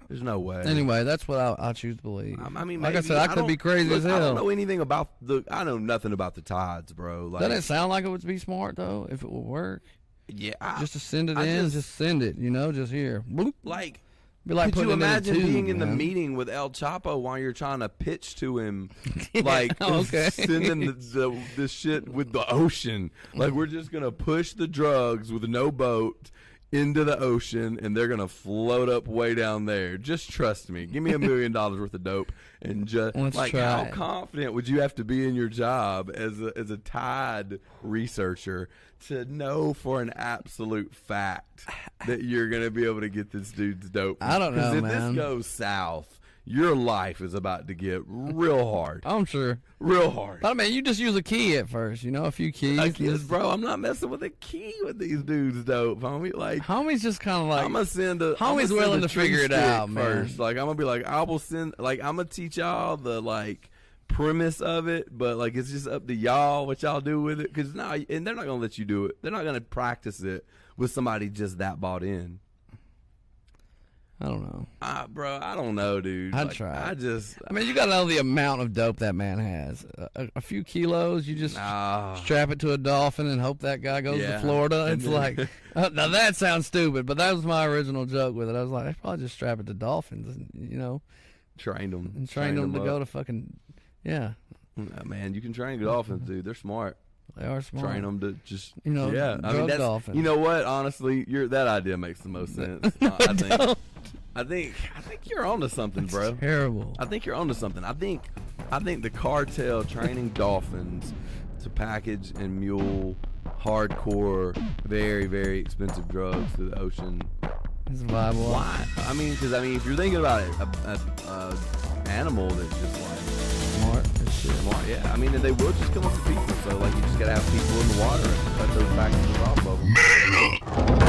Speaker 2: There's no way.
Speaker 3: Anyway, that's what I, I choose to believe.
Speaker 2: I I mean,
Speaker 3: like I
Speaker 2: maybe-
Speaker 3: said, I, could
Speaker 2: don't-
Speaker 3: be crazy
Speaker 2: look,
Speaker 3: as hell.
Speaker 2: I don't know anything about the. I know nothing about the tides, bro. Like,
Speaker 3: Doesn't it sound like it would be smart though, if it would work?
Speaker 2: yeah, I,
Speaker 3: just to send it
Speaker 2: I
Speaker 3: in,
Speaker 2: just-
Speaker 3: just, send it. You know, just here. Boop.
Speaker 2: like.
Speaker 3: Be like
Speaker 2: could you
Speaker 3: putting it
Speaker 2: imagine
Speaker 3: in a tube,
Speaker 2: being in the
Speaker 3: man.
Speaker 2: meeting with El Chapo while you're trying to pitch to him, like
Speaker 3: okay.
Speaker 2: sending the, the the shit with the ocean? Like we're just gonna push the drugs with no boat into the ocean, and they're gonna float up way down there. Just trust me. Give me a million dollars worth of dope, and just
Speaker 3: Let's
Speaker 2: like
Speaker 3: try
Speaker 2: how
Speaker 3: it.
Speaker 2: confident would you have to be in your job as a, as a tide researcher to know for an absolute fact that you're going to be able to get this dude's dope?
Speaker 3: I don't
Speaker 2: 'Cause
Speaker 3: know,
Speaker 2: if
Speaker 3: man.
Speaker 2: this goes south, your life is about to get real hard,
Speaker 3: I'm sure.
Speaker 2: real hard.
Speaker 3: But I mean, you just use a key at first. You know, a few keys.
Speaker 2: Like,
Speaker 3: and
Speaker 2: yes,
Speaker 3: just-
Speaker 2: bro, I'm not messing with a key with these dudes, dope, homie. Like,
Speaker 3: Homie's just kind of like
Speaker 2: I'm gonna send a.
Speaker 3: Homie's
Speaker 2: I'ma send
Speaker 3: willing
Speaker 2: a
Speaker 3: to
Speaker 2: tree
Speaker 3: figure it
Speaker 2: stick
Speaker 3: out, man.
Speaker 2: first. Like I'm gonna be like, I will send. Like I'm gonna teach y'all the like premise of it, but like it's just up to y'all what y'all do with it. Because now, and they're not gonna let you do it. They're not gonna practice it with somebody just that bought in.
Speaker 3: I don't know.
Speaker 2: I, Ah, bro, I don't know, dude.
Speaker 3: I'd
Speaker 2: Like,
Speaker 3: try.
Speaker 2: I just
Speaker 3: I mean, you got to know the amount of dope that man has. A, a, a few kilos, you just
Speaker 2: ah.
Speaker 3: strap it to a dolphin and hope that guy goes to
Speaker 2: Yeah.
Speaker 3: Florida.
Speaker 2: And
Speaker 3: It's
Speaker 2: then-
Speaker 3: like, uh, now that sounds stupid, but that was my original joke with it. I was like, I should probably just strap it to dolphins, and, you know,
Speaker 2: trained them
Speaker 3: and train them to go to fucking, yeah,
Speaker 2: man, you can train dolphins, dude. They're smart.
Speaker 3: they are smart.
Speaker 2: Train them to just
Speaker 3: You know,
Speaker 2: yeah. I mean,
Speaker 3: drug
Speaker 2: that's,
Speaker 3: dolphins.
Speaker 2: You know what? Honestly, you're that idea makes the most sense. I think. I think. I think you're onto something, bro.
Speaker 3: Terrible.
Speaker 2: I think you're onto something. I think I think the cartel training dolphins to package and mule hardcore, very very expensive drugs through the ocean.
Speaker 3: It's viable.
Speaker 2: Why? I mean, because I mean, if you're thinking about it, a, a, a animal that's just like
Speaker 3: Smart as shit.
Speaker 2: smart, yeah. I mean, and they will just come up to people. So like, you just gotta have people in the water and cut those packages off of them.